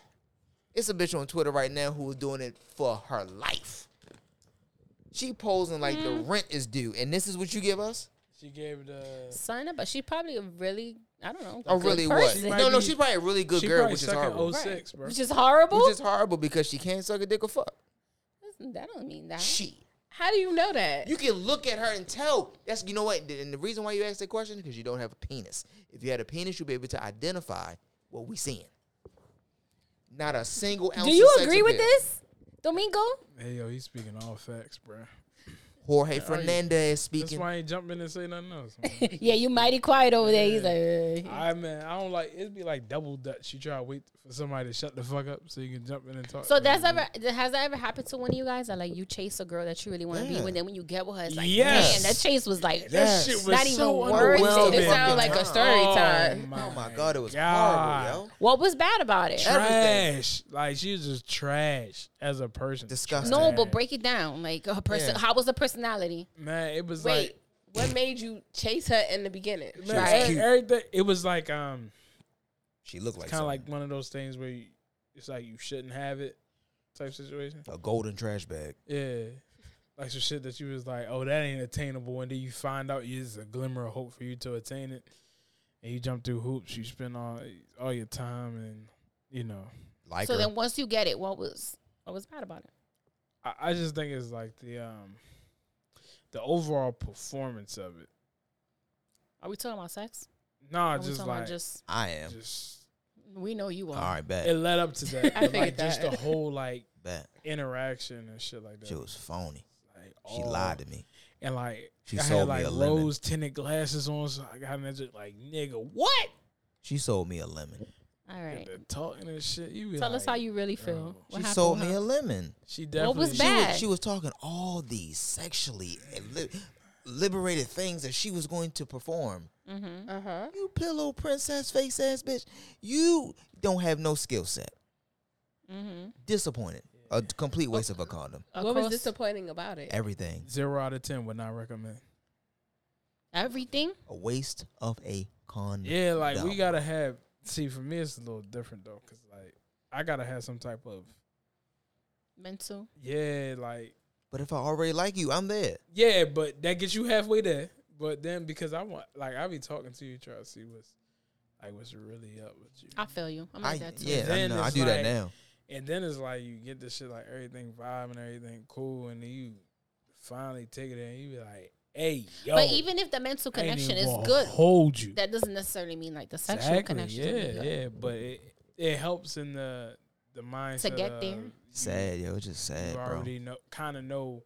Speaker 4: It's a bitch on Twitter right now who is doing it for her life. She posing like the
Speaker 3: Mm.
Speaker 4: rent is due, and this is what you give us?
Speaker 3: She gave the.
Speaker 2: Sign up, but she probably a really, I don't know,
Speaker 4: Oh,
Speaker 2: good
Speaker 4: really?
Speaker 2: person.
Speaker 4: What?
Speaker 3: Might
Speaker 4: No, no,
Speaker 3: be-
Speaker 4: she's probably a really good
Speaker 3: she
Speaker 4: girl,
Speaker 3: probably
Speaker 4: which is
Speaker 3: suck at
Speaker 4: horrible.
Speaker 2: Right.
Speaker 3: 06, bro.
Speaker 2: Which is horrible.
Speaker 4: Which is horrible because she can't suck a dick or fuck.
Speaker 2: that don't mean that.
Speaker 4: She.
Speaker 5: How do you know that?
Speaker 4: You can look at her and tell. That's you know what. And the reason why you asked that question is because you don't have a penis. If you had a penis, you'd be able to identify what we seeing. Not a single ounce.
Speaker 2: Do you
Speaker 4: of sex
Speaker 2: agree with
Speaker 4: appeal.
Speaker 2: this, Domingo?
Speaker 3: Hey, yo, he's speaking all facts, bro.
Speaker 4: Jorge Fernandez
Speaker 3: That's
Speaker 4: speaking.
Speaker 3: why I ain't jumping and say nothing else.
Speaker 2: yeah, you mighty quiet over there. He's like, eh.
Speaker 3: I man, I don't like. It'd be like double dutch. You try to wait for somebody to shut the fuck up so you can jump in and talk.
Speaker 2: so
Speaker 3: to
Speaker 2: that's
Speaker 3: them.
Speaker 2: ever has that ever happened to one of you guys that like you chase a girl that you really want to
Speaker 4: Yeah.
Speaker 2: be with, and when you get with her, it's like,
Speaker 3: Yes.
Speaker 2: man, that chase was like,
Speaker 3: That
Speaker 4: Yes.
Speaker 3: shit was
Speaker 2: Not even
Speaker 3: so
Speaker 2: worth it.
Speaker 3: underwhelming.
Speaker 5: It sounds like a story
Speaker 3: Oh,
Speaker 5: time.
Speaker 4: oh my god, it was
Speaker 3: God.
Speaker 4: horrible, yo.
Speaker 2: what was bad about it?
Speaker 4: Tra- everything.
Speaker 3: Trash. Like she was just trash as a person.
Speaker 4: Disgusting.
Speaker 2: no,
Speaker 3: Trash.
Speaker 2: but break it down. Like her person,
Speaker 4: Yeah.
Speaker 2: how was the personality?
Speaker 3: Man, it was
Speaker 5: Wait,
Speaker 3: like
Speaker 5: what made you chase her in the beginning?
Speaker 3: man,
Speaker 2: was
Speaker 3: e-
Speaker 4: cute.
Speaker 3: everything. It was like um,
Speaker 4: She looked like
Speaker 3: kind of
Speaker 4: something.
Speaker 3: like one of those things where you, it's like you shouldn't have it type situation.
Speaker 4: a golden trash bag.
Speaker 3: Yeah. Like some shit that you was like, oh, that ain't attainable, and then you find out it's a glimmer of hope for you to attain it, and you jump through hoops. You spend all all your time, and you know,
Speaker 4: Like
Speaker 2: so
Speaker 4: her.
Speaker 2: then once you get it, what was what was bad about it?
Speaker 3: I, I just think it's like the um the overall performance of it.
Speaker 2: Are we talking about sex?
Speaker 3: Nah,
Speaker 2: Are we
Speaker 3: just
Speaker 2: talking about
Speaker 3: like just,
Speaker 2: just
Speaker 4: I am.
Speaker 2: we know you are.
Speaker 4: All right,
Speaker 3: it
Speaker 4: bet,
Speaker 3: led up to that,
Speaker 5: I
Speaker 3: but like
Speaker 5: figured
Speaker 3: just the
Speaker 5: that.
Speaker 3: whole like
Speaker 4: bet.
Speaker 3: interaction and shit like that.
Speaker 4: She was phony.
Speaker 3: like,
Speaker 4: She
Speaker 3: all-
Speaker 4: lied to me.
Speaker 3: and like
Speaker 4: She
Speaker 3: I
Speaker 4: sold
Speaker 3: had
Speaker 4: me
Speaker 3: like
Speaker 4: a lemon.
Speaker 3: rose tinted glasses on, so I got in there just like nigga, what?
Speaker 4: She sold me a lemon.
Speaker 2: All right.
Speaker 3: The talking and shit. You be
Speaker 2: Tell
Speaker 3: like,
Speaker 2: us how you really feel.
Speaker 3: Bro.
Speaker 2: What
Speaker 4: she
Speaker 2: happened
Speaker 4: sold
Speaker 2: with
Speaker 4: me
Speaker 2: her?
Speaker 4: a lemon.
Speaker 3: She definitely.
Speaker 2: was
Speaker 4: She
Speaker 2: bad?
Speaker 4: was, she was talking all these sexually li- liberated things that she was going to perform.
Speaker 2: Mm-hmm.
Speaker 5: Uh huh.
Speaker 4: You pillow princess face ass bitch. You don't have no skill set.
Speaker 2: Mm-hmm.
Speaker 4: Disappointed. A complete waste of a condom.
Speaker 5: What was
Speaker 2: Across
Speaker 5: disappointing about it?
Speaker 4: Everything.
Speaker 3: Zero out of ten would not recommend.
Speaker 2: everything?
Speaker 4: A waste of a condom.
Speaker 3: Yeah, like we gotta have. See, for me, it's a little different though, cause like I gotta have some type of
Speaker 2: Mental.
Speaker 3: yeah, like
Speaker 4: But if I already like you, I'm there.
Speaker 3: yeah, but that gets you halfway there. But then because I want, like, I be talking to you, try to see what's like what's really up with you,
Speaker 2: I feel you. I'm
Speaker 4: I,
Speaker 2: like that too.
Speaker 4: yeah, I,
Speaker 3: Then
Speaker 4: know, I
Speaker 3: it's
Speaker 4: do that
Speaker 3: like-
Speaker 4: now.
Speaker 3: and then it's like you get this shit like everything vibe and everything cool, and then you finally take it in, and you be like, hey, yo,
Speaker 2: But even if the mental
Speaker 3: I ain't
Speaker 2: connection
Speaker 3: even
Speaker 2: is
Speaker 3: gonna
Speaker 2: good,
Speaker 3: hold you.
Speaker 2: that doesn't necessarily mean like the sexual connection.
Speaker 3: Yeah,
Speaker 2: would be good.
Speaker 3: yeah, but it, it helps in the the mindset
Speaker 2: get
Speaker 3: of
Speaker 2: there.
Speaker 3: you-
Speaker 4: Sad, yo. It's just sad,
Speaker 3: You
Speaker 4: bro.
Speaker 3: already know, kind of know.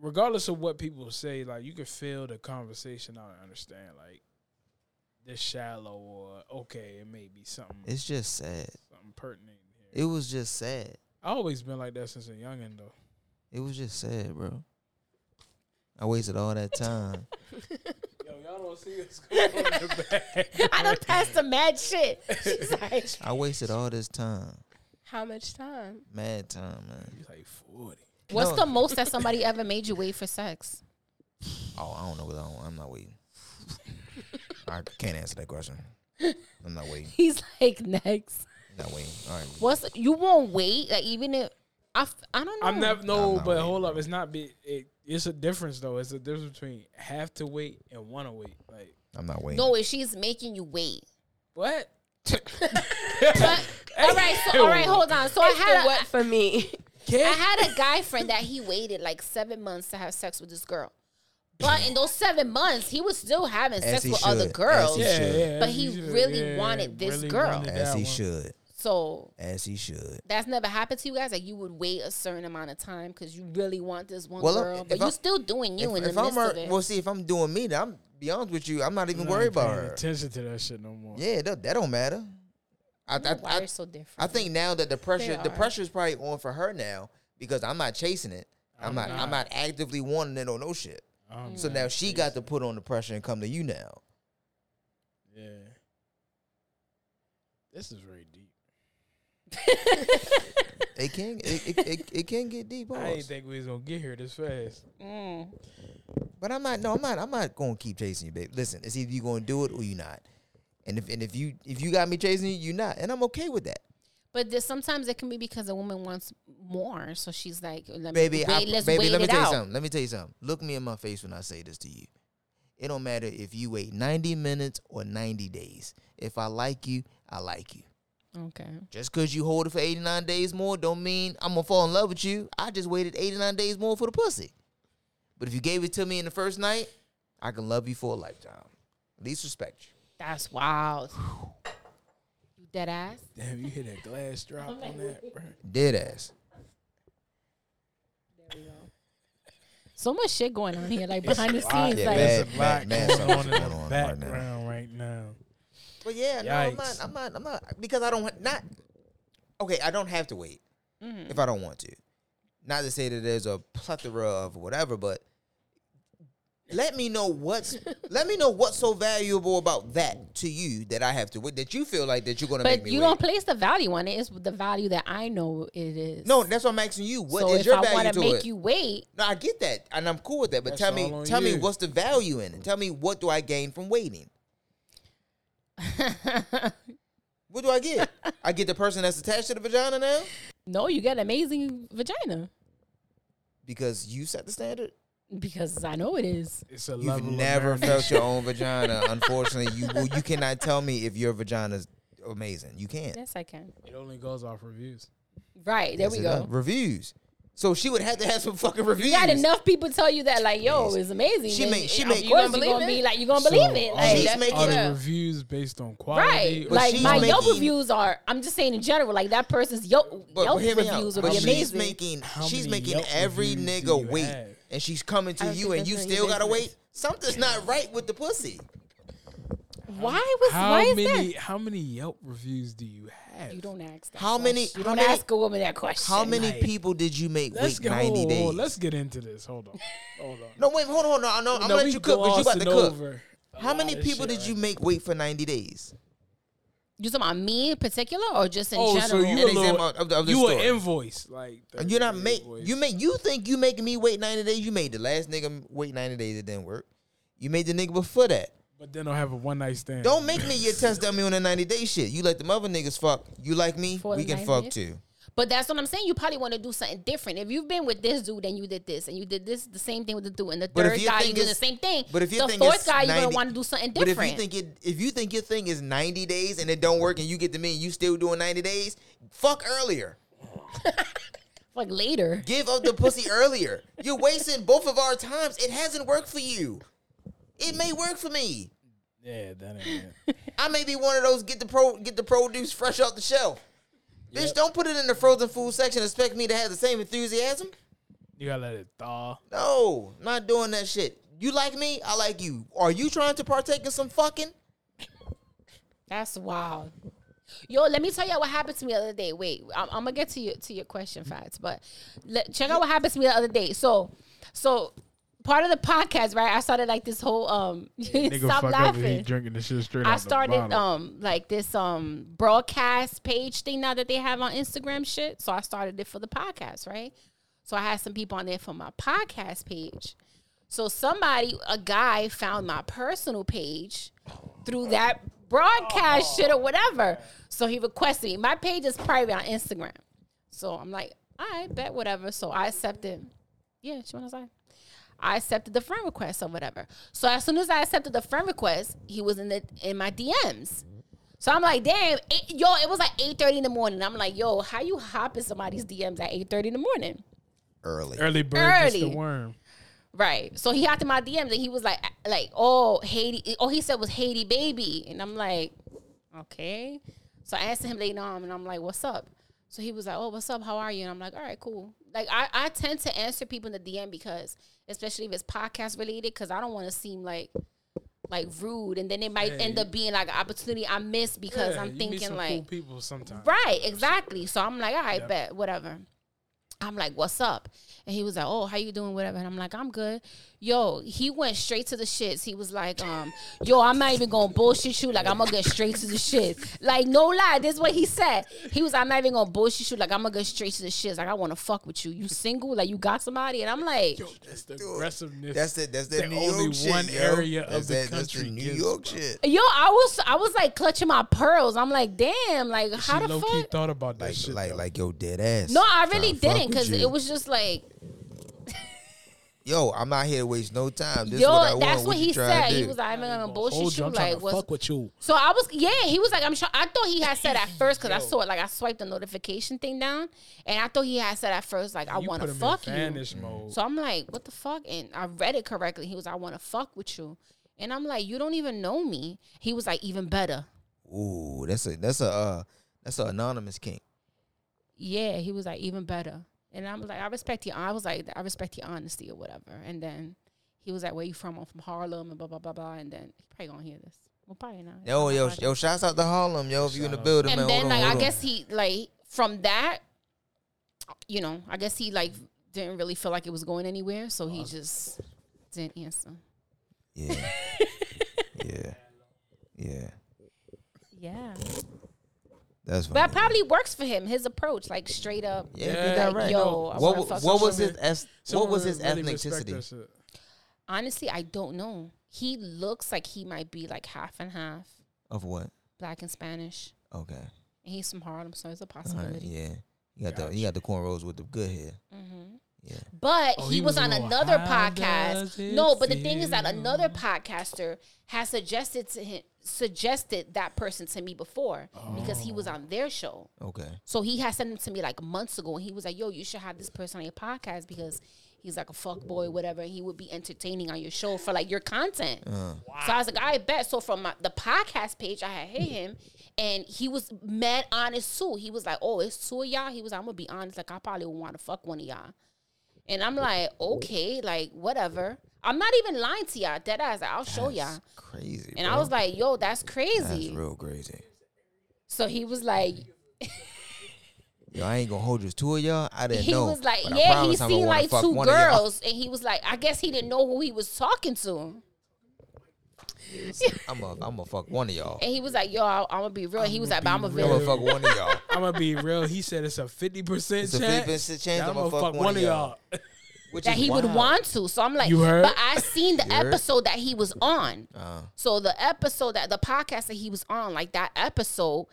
Speaker 3: Regardless of what people say, like you can feel the conversation. I understand, like this shallow or okay, it may be something
Speaker 4: It's just sad.
Speaker 3: something pertinent here.
Speaker 4: It was just sad.
Speaker 3: I always been like that since a youngin though.
Speaker 4: It was just sad, bro. I wasted all that time.
Speaker 3: Yo, Y'all don't see what's going on in the back.
Speaker 2: I done passed the mad shit. She's like,
Speaker 4: I wasted all this time,
Speaker 5: How much time?
Speaker 4: mad time, man.
Speaker 3: He's like 40.
Speaker 2: what's
Speaker 4: No.
Speaker 2: the most that somebody ever made you wait for sex?
Speaker 4: Oh, I don't know. I don't, I'm not waiting. I can't answer that question. I'm not waiting.
Speaker 2: He's like, next.
Speaker 4: Not waiting. All right.
Speaker 2: What's you won't wait? Like even if I, f- I don't know.
Speaker 3: I'm never no,
Speaker 4: I'm not
Speaker 3: but
Speaker 4: waiting,
Speaker 3: hold up, it's not be. It, it's a difference though. It's a difference between have to wait and want to wait. Like
Speaker 4: I'm not waiting.
Speaker 2: No, if she's making you wait.
Speaker 3: what?
Speaker 2: But, all right, so, all right, hold on. So I had
Speaker 5: The
Speaker 2: a,
Speaker 5: what for me?
Speaker 2: I had a guy friend that he waited like seven months to have sex with this girl. But in those seven months, he was still having sex
Speaker 4: he
Speaker 2: with other
Speaker 4: should. As
Speaker 2: girls.
Speaker 4: he should.
Speaker 2: But he really wanted this girl.
Speaker 4: As he should.
Speaker 2: So
Speaker 4: As he should.
Speaker 2: that's never happened to you guys. Like you would wait a certain amount of time because you really want this one
Speaker 4: Well,
Speaker 2: girl,
Speaker 4: if
Speaker 2: but
Speaker 4: I-
Speaker 2: you're still doing you in the
Speaker 4: I'm
Speaker 2: midst
Speaker 4: ar-
Speaker 2: of it.
Speaker 4: well, see, if I'm doing me, then I'm be honest with you, I'm not even worried about her.
Speaker 3: Attention to that shit no more.
Speaker 4: Yeah, that, that don't matter. I,
Speaker 2: I don't know
Speaker 4: I,
Speaker 2: why
Speaker 4: I,
Speaker 2: you're so different.
Speaker 4: I think now that the pressure the
Speaker 5: are.
Speaker 4: pressure is probably on for her now because I'm not chasing it. I'm, not, I'm not actively wanting it or no shit.
Speaker 3: Um,
Speaker 4: So now she got to put on the pressure and come to you now.
Speaker 3: yeah. This is really deep.
Speaker 4: It can it, it, it, it can get deep,
Speaker 3: I didn't
Speaker 4: boss.
Speaker 3: think we was gonna get here this fast.
Speaker 2: Mm.
Speaker 4: but I'm not. No, I'm not. I'm not gonna keep chasing you, babe. Listen, it's either you gonna do it or you not. And if and if you if you got me chasing you, you not, and I'm okay with that,
Speaker 2: But there's, sometimes it can be because a woman wants more, so she's like, "Let me
Speaker 4: baby.
Speaker 2: wait,
Speaker 4: I,
Speaker 2: let's
Speaker 4: baby,
Speaker 2: wait
Speaker 4: let me
Speaker 2: it
Speaker 4: tell
Speaker 2: out."
Speaker 4: you something. Let me tell you something. Look me in my face when I say this to you. It don't matter if you wait 90 minutes or 90 days. If I like you, I like you.
Speaker 2: Okay,
Speaker 4: Just because you hold it for 89 days more don't mean I'm going to fall in love with you. I just waited 89 days more for the pussy. But if you gave it to me in the first night, I can love you for a lifetime. At least respect you.
Speaker 2: that's wild. you dead ass.
Speaker 3: Damn, you hit that glass drop on that, bro.
Speaker 4: Dead ass.
Speaker 2: So much shit going on here, like behind the scenes.
Speaker 4: Yeah,
Speaker 2: like,
Speaker 4: man.
Speaker 3: There's a lot
Speaker 4: mad
Speaker 3: going
Speaker 4: something's
Speaker 3: on in the
Speaker 4: going on right now.
Speaker 3: background right now.
Speaker 4: But yeah, no, I'm not,
Speaker 3: Yikes.
Speaker 4: I'm not, I'm not, because I don't, ha- not, okay, I don't have to wait
Speaker 2: Mm-hmm.
Speaker 4: if I don't want to. Not to say that there's a plethora of whatever, but let me know what's, let me know what's so valuable about that to you that I have to wait, that you feel like that you're going to make
Speaker 2: but
Speaker 4: me
Speaker 2: you
Speaker 4: wait.
Speaker 2: don't place the value on it. It's the value that I know it is.
Speaker 4: No, that's what I'm asking you. What is
Speaker 2: so if
Speaker 4: your
Speaker 2: I
Speaker 4: value
Speaker 2: wanna
Speaker 4: to
Speaker 2: make
Speaker 4: it?
Speaker 2: you wait,
Speaker 4: no, I get that, and I'm cool with that. But
Speaker 3: That's
Speaker 4: tell me,
Speaker 3: all on
Speaker 4: tell me,
Speaker 3: you.
Speaker 4: what's the value in it? Tell me, what do I gain from waiting? What do I get? I get the person that's attached to the vagina now
Speaker 2: no, you get amazing vagina
Speaker 4: because you set the standard.
Speaker 2: because I know it is.
Speaker 3: It's a
Speaker 4: You've
Speaker 3: level.
Speaker 4: never
Speaker 3: of
Speaker 4: felt your own vagina. Unfortunately, you well, you cannot tell me if your vagina's amazing. You can't.
Speaker 2: Yes, I can.
Speaker 3: It only goes off reviews.
Speaker 2: Right there
Speaker 4: Yes,
Speaker 2: we
Speaker 4: it
Speaker 2: go.
Speaker 4: does. Reviews. So she would have to have some fucking reviews.
Speaker 2: You got enough people tell you that, like, yo, it's amazing.
Speaker 4: She
Speaker 2: then
Speaker 4: make- she
Speaker 2: of
Speaker 4: make- You
Speaker 2: course
Speaker 5: gonna
Speaker 2: you
Speaker 5: believe
Speaker 2: gonna be
Speaker 5: it?
Speaker 2: like, you gonna
Speaker 3: So,
Speaker 2: believe it.
Speaker 3: all
Speaker 2: Like,
Speaker 4: she's
Speaker 2: that's-
Speaker 4: making-
Speaker 3: Are
Speaker 5: Yeah.
Speaker 3: the reviews based on quality?
Speaker 2: Right,
Speaker 3: or
Speaker 4: But
Speaker 2: like
Speaker 4: she's
Speaker 2: my Yelp
Speaker 4: making-
Speaker 2: reviews are. I'm just saying in general, like that person's Yelp,
Speaker 4: But
Speaker 2: Yelp
Speaker 4: hear me out.
Speaker 2: reviews
Speaker 4: But
Speaker 2: would be
Speaker 4: she's
Speaker 2: amazing.
Speaker 4: making
Speaker 3: How
Speaker 4: she's
Speaker 3: many
Speaker 4: making
Speaker 3: Yelp
Speaker 4: every
Speaker 3: reviews do
Speaker 4: nigga
Speaker 3: you
Speaker 4: wait,
Speaker 3: have?
Speaker 4: and she's coming to
Speaker 5: don't
Speaker 4: you,
Speaker 5: think
Speaker 4: and
Speaker 5: that's
Speaker 4: you
Speaker 5: none of your
Speaker 4: still gotta
Speaker 5: business.
Speaker 4: wait. Something's not right with the pussy.
Speaker 2: Why was
Speaker 3: How
Speaker 2: why is
Speaker 3: many how many Yelp reviews do you
Speaker 2: that?
Speaker 3: have?
Speaker 2: You don't ask. That
Speaker 4: How many-
Speaker 2: question. You
Speaker 4: how
Speaker 2: don't
Speaker 4: many-
Speaker 2: ask a woman that question.
Speaker 4: How many
Speaker 3: like-
Speaker 4: people did you make
Speaker 3: let's
Speaker 4: wait
Speaker 3: get
Speaker 4: ninety
Speaker 3: hold-
Speaker 4: days?
Speaker 3: hold- let's get into this. Hold on. Hold on.
Speaker 4: no, wait, hold on, hold on. No, I'm gonna
Speaker 3: No,
Speaker 4: let
Speaker 3: we
Speaker 4: you cook because you about to
Speaker 3: glossing
Speaker 4: cook.
Speaker 3: over a
Speaker 4: How
Speaker 3: lot
Speaker 4: many
Speaker 3: of
Speaker 4: people
Speaker 3: shit
Speaker 4: did you
Speaker 3: right
Speaker 4: make wait for ninety days?
Speaker 2: You talking about me in particular, or just in
Speaker 3: Oh, so
Speaker 2: general?
Speaker 3: you
Speaker 4: An
Speaker 3: a little,
Speaker 4: example of the- of the
Speaker 3: you an
Speaker 4: story. Uh,
Speaker 3: invoice like
Speaker 4: You're not
Speaker 3: the
Speaker 4: make
Speaker 3: invoice.
Speaker 4: you make you think you making me wait ninety days. You made the last nigga wait ninety days. It didn't work. You made the nigga before that.
Speaker 3: but then I'll have a one night stand.
Speaker 4: Don't make me your test dummy on that ninety day shit. You let them other niggas fuck. You like me?
Speaker 2: For
Speaker 4: we
Speaker 2: the 90
Speaker 4: can fuck
Speaker 2: days?
Speaker 4: too.
Speaker 2: But that's what I'm saying. You probably want to do something different. If you've been with this dude and you did this, and you did this, the same thing with the dude, and the
Speaker 4: But if
Speaker 2: third
Speaker 4: you
Speaker 2: guy you
Speaker 4: think
Speaker 2: do the
Speaker 4: it's-
Speaker 2: same thing.
Speaker 4: But if you
Speaker 2: the
Speaker 4: think
Speaker 2: fourth
Speaker 4: it's
Speaker 2: guy, you're
Speaker 4: 90
Speaker 2: gonna want to do something
Speaker 4: But
Speaker 2: different.
Speaker 4: if you think it, if you think your thing is ninety days and it don't work, and you get to me and you still doing ninety days, fuck earlier.
Speaker 2: like later,
Speaker 4: Give up the pussy earlier. You're wasting both of our times. It hasn't worked for you. It may work for me.
Speaker 3: Yeah, that ain't it.
Speaker 4: I may be one of those get the pro get the produce fresh off the shelf. Bitch, don't put it in the frozen food section. and Expect me to have the same enthusiasm.
Speaker 3: You gotta let it thaw.
Speaker 4: No, not doing that shit. You like me, I like you. Are you trying to partake in some fucking?
Speaker 2: that's wild. Yo, let me tell y'all what happened to me the other day. Wait, I'm, I'm gonna get to your to your question, facts, but let, check out what happened to me the other day. So, so part of the podcast, right? I started like this whole um
Speaker 3: Nigga
Speaker 2: stop
Speaker 3: fuck up and he
Speaker 2: laughing.
Speaker 3: drinking the shit straight out
Speaker 2: I
Speaker 3: the
Speaker 2: started
Speaker 3: bottle.
Speaker 2: um like this um broadcast page thing now that they have on Instagram shit. So I started it for the podcast, right? So I had some people on there for my podcast page. So somebody, a guy, found my personal page through that broadcast shit or whatever. So he requested me. My page is private on Instagram. So I'm like, I bet whatever. So I accepted. Yeah, she went outside. I accepted the friend request or whatever. So as soon as I accepted the friend request, he was in the in my DMs. So I'm like, damn, eight, yo, it was like 8:30 in the morning. I'm like, yo, how you hopping somebody's DMs at 8:30 in the morning?
Speaker 4: early.
Speaker 3: Early bird gets the
Speaker 2: Early.
Speaker 3: worm.
Speaker 2: Right. So he hopped in my DMs and he was like, like, oh, Haiti. All he said was Haiti baby. And I'm like, okay. So I asked him later on and I'm like, what's up? So he was like, oh, what's up? How are you? And I'm like, all right, cool. Like, I, I tend to answer people in the DM because, especially if it's podcast related, because I don't want to seem like, like rude. And then it might
Speaker 3: Yeah,
Speaker 2: end
Speaker 3: you-
Speaker 2: up being like an opportunity I miss because
Speaker 3: Yeah,
Speaker 2: I'm
Speaker 3: you meet
Speaker 2: thinking
Speaker 3: some
Speaker 2: like,
Speaker 3: cool people sometimes.
Speaker 2: Right, exactly. So I'm like, all right,
Speaker 3: Yep.
Speaker 2: bet, whatever. I'm like, what's up? And he was like, oh, how you doing? Whatever. And I'm like, I'm good. Yo, he went straight to the shits. He was like, um, yo, I'm not even gonna bullshit you. Like, I'm gonna get straight to the shits. Like, no lie, this is what he said. He was, I'm not even gonna bullshit you. Like, I'm gonna get straight to the shits. Like, I wanna fuck with you. You single? Like, you got somebody? And I'm like,
Speaker 3: Yo, that's the aggressiveness.
Speaker 4: That's the that's the
Speaker 3: That
Speaker 4: New
Speaker 3: only
Speaker 4: York shit,
Speaker 3: one
Speaker 4: yo.
Speaker 3: area of
Speaker 4: That's
Speaker 3: the
Speaker 4: that-
Speaker 3: country
Speaker 4: That's the
Speaker 3: gives
Speaker 4: New York shit.
Speaker 2: yo, I was, I was like clutching my pearls. I'm like, damn, like,
Speaker 3: she
Speaker 2: how the
Speaker 3: low key
Speaker 2: fuck?
Speaker 3: thought about that
Speaker 4: Like
Speaker 3: shit.
Speaker 4: like
Speaker 3: though.
Speaker 4: like yo dead ass.
Speaker 2: No, I really
Speaker 4: tryna fuck
Speaker 2: didn't,
Speaker 4: with
Speaker 2: cause
Speaker 4: you.
Speaker 2: it was just like.
Speaker 4: yo. I'm not here to waste no time. This is
Speaker 2: Yo,
Speaker 4: what I want.
Speaker 2: that's what,
Speaker 4: you
Speaker 2: he
Speaker 4: tryna
Speaker 2: said.
Speaker 4: do?
Speaker 2: He was like, I'm gonna
Speaker 3: Hold
Speaker 2: bullshit
Speaker 3: you,
Speaker 2: you.
Speaker 3: I'm trying
Speaker 2: Like,
Speaker 3: to
Speaker 2: what's
Speaker 3: fuck with you.
Speaker 2: so I was, yeah, he was like, I'm sure. I thought he had said at first because I saw it, like, I swiped the notification thing down, and I thought he had said at first, like, I
Speaker 3: You
Speaker 2: want to
Speaker 3: put him
Speaker 2: fuck
Speaker 3: in
Speaker 2: you.
Speaker 3: vanish mode.
Speaker 2: So I'm like, what the fuck? And I read it correctly. He was, I want to fuck with you, and I'm like, you don't even know me. He was like, even better.
Speaker 4: Ooh, that's a that's a uh, that's an anonymous kink.
Speaker 2: Yeah, he was like, even better. And I was like, I respect your. I was like, I respect your honesty or whatever. And then he was like, where you from? I'm from Harlem and blah blah blah blah. And then he probably gonna hear this. Well, probably not.
Speaker 4: Yo,
Speaker 2: I'm
Speaker 4: yo,
Speaker 2: not-
Speaker 4: yo! Shouts out to Harlem, yo. If you in the
Speaker 3: Shout out.
Speaker 4: building, man.
Speaker 2: and
Speaker 4: hold
Speaker 2: then
Speaker 4: on,
Speaker 2: like
Speaker 4: hold
Speaker 2: I
Speaker 4: on.
Speaker 2: guess he like from that, you know, I guess he like didn't really feel like it was going anywhere, so he just didn't answer.
Speaker 4: yeah, yeah, yeah.
Speaker 2: Yeah,
Speaker 4: That's
Speaker 2: but
Speaker 4: funny.
Speaker 2: that probably works for him. His approach, like straight up,
Speaker 4: yeah,
Speaker 3: Yeah.
Speaker 4: do that
Speaker 2: like,
Speaker 4: right.
Speaker 2: yo, I
Speaker 4: what
Speaker 2: wanna
Speaker 4: wa-
Speaker 2: fuck
Speaker 4: what
Speaker 2: with
Speaker 4: was
Speaker 2: you.
Speaker 4: his eth- what
Speaker 3: Someone
Speaker 4: was his
Speaker 3: really respect that
Speaker 4: ethnicity?
Speaker 3: shit.
Speaker 2: Honestly, I don't know. He looks like he might be like half and half,
Speaker 4: Of what?
Speaker 2: black and Spanish.
Speaker 4: Okay,
Speaker 2: And he's from Harlem, so it's a
Speaker 4: all right,
Speaker 2: possibility.
Speaker 4: Uh, yeah. You got the you got the cornrows with the good hair.
Speaker 2: But
Speaker 3: Oh,
Speaker 2: he,
Speaker 3: he
Speaker 2: was,
Speaker 3: was
Speaker 2: on
Speaker 3: on
Speaker 2: another
Speaker 3: How
Speaker 2: podcast.
Speaker 3: Does It
Speaker 2: No, but the thing is that
Speaker 3: Feel?
Speaker 2: another podcaster has suggested to him suggested that person to me before because he was
Speaker 3: Oh.
Speaker 2: on their show.
Speaker 4: Okay,
Speaker 2: So he had sent them to me like months ago, and he was like, "Yo, you should have this person on your podcast because he's like a fuck boy, whatever. And he would be entertaining on your show for like your content."
Speaker 4: Uh,
Speaker 2: So I was like, "I bet." So from my, the podcast page, I had hit him, and he was mad honest too. He was like, "Oh, it's two of y'all." He was, like, "I'm gonna be honest. Like, I probably want to fuck one of y'all." And I'm like, "Okay, like whatever." I'm not even lying to y'all. Dead ass. Like, I'll show y'all.
Speaker 4: That's crazy.
Speaker 2: Oh, And
Speaker 4: bro.
Speaker 2: I was like, "Yo, that's
Speaker 4: that's
Speaker 2: crazy."
Speaker 4: real crazy.
Speaker 2: so he was like.
Speaker 4: Yo, I ain't gonna hold you. Two of y'all, I didn't
Speaker 2: he
Speaker 4: know.
Speaker 2: was like,
Speaker 4: but I
Speaker 2: yeah, he
Speaker 4: promise I'm gonna
Speaker 2: seen
Speaker 4: wanna
Speaker 2: like
Speaker 4: fuck
Speaker 2: two
Speaker 4: one of y'all.
Speaker 2: girls, and he was like, I guess he didn't know who he was talking to,
Speaker 4: I'm a, I'm a fuck one of y'all.
Speaker 2: and he was like, yo, I, am gonna be real. he was like, but I'm a
Speaker 4: I'm
Speaker 2: villain.
Speaker 4: gonna fuck one of y'all.
Speaker 3: I'm gonna be real. He said it's a fifty percent
Speaker 4: It's a
Speaker 3: chance.
Speaker 4: 50% chance
Speaker 3: that
Speaker 4: I'm gonna fuck one of y'all. Which
Speaker 2: That
Speaker 4: is
Speaker 2: he would
Speaker 4: wild.
Speaker 2: want to. So I'm like,
Speaker 3: You heard?
Speaker 2: but I seen the
Speaker 4: You heard?
Speaker 2: episode that he was on.
Speaker 4: Uh,
Speaker 2: So the episode that the podcast that he was on, like that episode,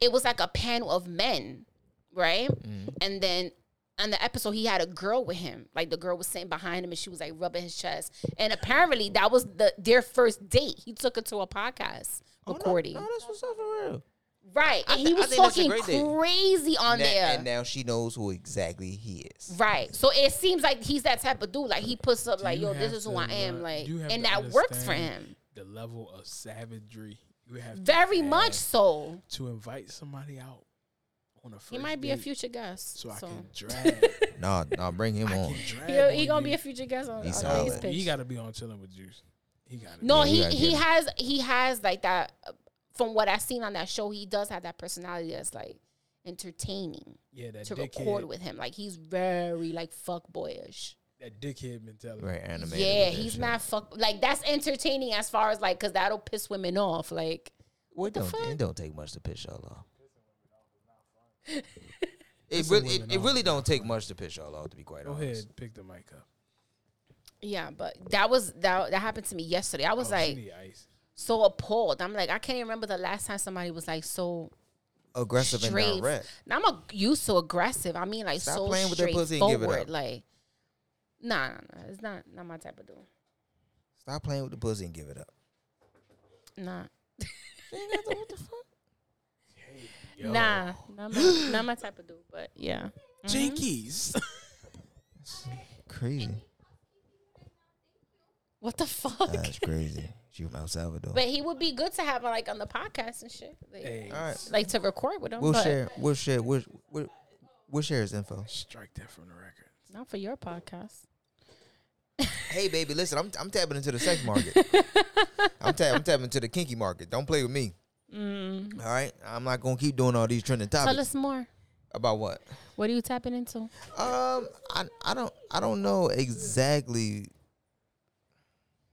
Speaker 2: it was like a panel of men, right?
Speaker 4: Mm.
Speaker 2: And then on the episode, he had a girl with him. Like the girl was sitting behind him, and she was like rubbing his chest. And apparently, that was the their first date. He took her to a podcast recording,
Speaker 4: Oh, No, that's what's up for real.
Speaker 2: right? And he
Speaker 4: thi- I
Speaker 2: was
Speaker 4: think that's a
Speaker 2: talking
Speaker 4: great date.
Speaker 2: crazy on
Speaker 4: Na-
Speaker 2: there.
Speaker 4: And now she knows who exactly he is.
Speaker 2: Right, so it seems like he's that type of dude. Like he puts up, like,
Speaker 3: you
Speaker 2: "Yo, this
Speaker 3: have
Speaker 2: is who
Speaker 3: to
Speaker 2: I am,"
Speaker 3: run-
Speaker 2: like,
Speaker 3: you have
Speaker 2: and
Speaker 3: to
Speaker 2: that works for
Speaker 3: understand
Speaker 2: him
Speaker 3: The level of savagery you have to
Speaker 2: very
Speaker 3: have
Speaker 2: much. So
Speaker 3: to invite somebody out on a first
Speaker 2: he might be a
Speaker 3: date
Speaker 2: future guest.
Speaker 3: So I
Speaker 2: so.
Speaker 3: can drag.
Speaker 4: Nah, nah, bring him on.
Speaker 3: drag
Speaker 2: Yo, he
Speaker 3: on
Speaker 2: gonna
Speaker 3: you.
Speaker 2: be a future guest on, on
Speaker 4: He's
Speaker 2: the
Speaker 4: solid.
Speaker 2: Ace pitch.
Speaker 3: He got to be on chilling with Juice. He got
Speaker 2: no,
Speaker 4: Yeah,
Speaker 2: he
Speaker 4: he gotta
Speaker 2: he
Speaker 4: get it.
Speaker 2: has he has like that. uh, From what I've seen on that show, he does have that personality that's like entertaining
Speaker 3: yeah, that
Speaker 2: to
Speaker 3: dickhead.
Speaker 2: record with him. Like he's very like fuck boyish.
Speaker 3: that dickhead mentality.
Speaker 4: Very animated.
Speaker 2: Yeah,
Speaker 4: with that
Speaker 2: he's
Speaker 4: shit.
Speaker 2: not fuck. Like that's entertaining as far as like, cause that'll piss women off. Like,
Speaker 4: What
Speaker 2: the
Speaker 4: don't,
Speaker 2: fuck?
Speaker 4: It don't take much to piss y'all off. it really, it,
Speaker 3: women
Speaker 4: it
Speaker 3: off
Speaker 4: really don't take much to piss y'all off. To be quite
Speaker 3: Go
Speaker 4: honest.
Speaker 3: ahead, pick the mic up.
Speaker 2: yeah, but that was that that happened to me yesterday. I was
Speaker 3: Oh, she
Speaker 2: like
Speaker 3: need ice.
Speaker 2: so appalled. I'm like, I can't even remember the last time somebody was like so
Speaker 4: Aggressive
Speaker 2: straight.
Speaker 4: and direct.
Speaker 2: Now I'm a, used to aggressive. I mean, like
Speaker 4: Stop
Speaker 2: so
Speaker 4: playing with that pussy and give it
Speaker 2: straightforward.
Speaker 4: up.
Speaker 2: Like, nah, nah, nah, it's not not my type of dude.
Speaker 4: Stop playing with the pussy and give it up.
Speaker 2: Nah,
Speaker 3: Yo.
Speaker 2: nah, mm-hmm. not my, not my type of dude. But yeah,
Speaker 3: Jinkies.
Speaker 4: Crazy.
Speaker 2: what the fuck?
Speaker 4: That's crazy. She from El Salvador.
Speaker 2: but he would be good to have like on the podcast and shit. Like,
Speaker 3: hey,
Speaker 4: All right.
Speaker 2: like to record with him.
Speaker 4: We'll
Speaker 2: but
Speaker 4: share. We'll share. We'll, we'll, we'll share his info.
Speaker 3: strike that from the record.
Speaker 2: Not for your podcast.
Speaker 4: Hey, baby, listen. I'm I'm tapping into the sex market. I'm tapping. I'm tapping into the kinky market. Don't play with me.
Speaker 2: Mm-hmm.
Speaker 4: All right. I'm not gonna keep doing all these trending
Speaker 2: Mm, Tell
Speaker 4: topics
Speaker 2: us more.
Speaker 4: about what.
Speaker 2: What are you tapping into?
Speaker 4: Um, I I don't I don't know exactly.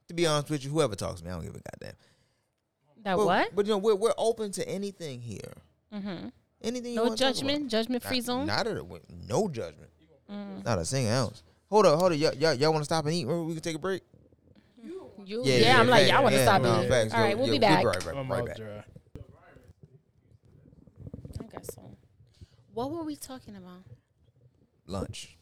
Speaker 4: To be honest with you, whoever talks to me, I don't give a goddamn.
Speaker 2: That
Speaker 4: But-
Speaker 2: what?
Speaker 4: But you know, we're we're open to anything here.
Speaker 2: hmm
Speaker 4: Anything. You
Speaker 2: No
Speaker 4: wanna talk about.
Speaker 2: judgment. Judgment free
Speaker 4: Not-
Speaker 2: zone. Mm.
Speaker 4: Not a, with no judgment. Not a single ounce. Hold up, hold up. Y'all, y'all, y'all want to stop and eat? Remember, we can take a break.
Speaker 2: You, yeah, I'm like,
Speaker 4: facts,
Speaker 2: y'all want to
Speaker 4: yeah,
Speaker 2: stop
Speaker 3: no,
Speaker 2: it.
Speaker 4: facts.
Speaker 2: All
Speaker 4: Yo,
Speaker 2: right, we'll
Speaker 4: yo,
Speaker 2: be
Speaker 4: we
Speaker 2: back.
Speaker 4: Right,
Speaker 3: My
Speaker 4: right, right
Speaker 3: mouth
Speaker 4: back.
Speaker 3: dry.
Speaker 2: Okay, so what were we talking about?
Speaker 4: Lunch.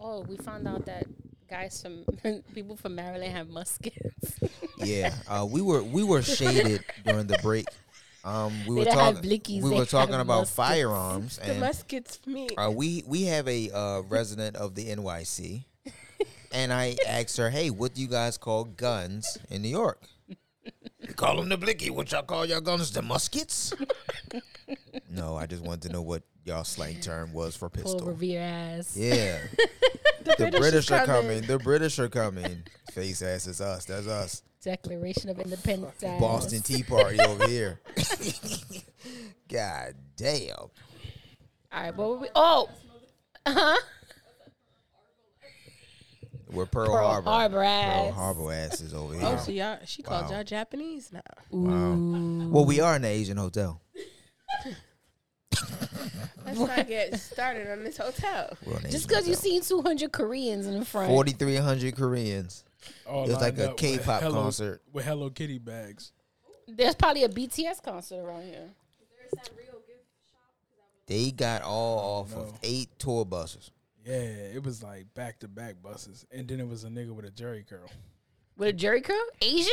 Speaker 2: Oh, we found out that guys from people from Maryland have muskets.
Speaker 4: Yeah, uh, we were we were shaded during the break. Um, we
Speaker 2: They
Speaker 4: were
Speaker 2: don't have
Speaker 4: talking.
Speaker 2: blickies,
Speaker 4: We
Speaker 2: they
Speaker 4: were talking
Speaker 2: have
Speaker 4: about
Speaker 2: muskets.
Speaker 4: firearms
Speaker 5: The
Speaker 4: and
Speaker 5: muskets me. Oh,
Speaker 4: Uh, we we have a uh, resident of the NYC, and I asked her, "Hey, what do you guys call guns in New York?" You call them the blicky. What y'all call y'all guns? The muskets? no, I just wanted to know what y'all slang term was for
Speaker 2: Pull
Speaker 4: pistol.
Speaker 2: Revere ass.
Speaker 4: Yeah, the, British, are coming. The British are coming. Face ass is us. That's us.
Speaker 2: Declaration of Independence. ass.
Speaker 4: Boston Tea Party over here. God damn.
Speaker 2: All right, what were we? Oh,
Speaker 4: We're Pearl,
Speaker 2: Pearl
Speaker 4: Harbor.
Speaker 2: Harbor
Speaker 4: Pearl
Speaker 2: ass.
Speaker 4: Harbor ass is over here.
Speaker 5: Oh, so y'all, she called
Speaker 4: Wow.
Speaker 5: y'all Japanese now.
Speaker 4: Well,
Speaker 2: Mm-hmm.
Speaker 4: we are in an Asian hotel.
Speaker 5: Let's not get started on this hotel.
Speaker 4: We're in an
Speaker 2: Just
Speaker 4: Asian
Speaker 2: because you
Speaker 4: hotel.
Speaker 2: seen 200 Koreans in the front.
Speaker 4: 4,300 Koreans.
Speaker 3: All
Speaker 4: It was like
Speaker 3: lined
Speaker 4: a
Speaker 3: up with
Speaker 4: K-pop
Speaker 3: Hello-
Speaker 4: concert.
Speaker 3: with Hello Kitty bags.
Speaker 2: There's probably a BTS concert around here.
Speaker 4: They got
Speaker 3: Oh,
Speaker 4: all off of eight tour buses.
Speaker 3: Yeah, it was like back to back buses, and then it was a nigga with a jerry curl.
Speaker 2: With a jerry curl? Asian?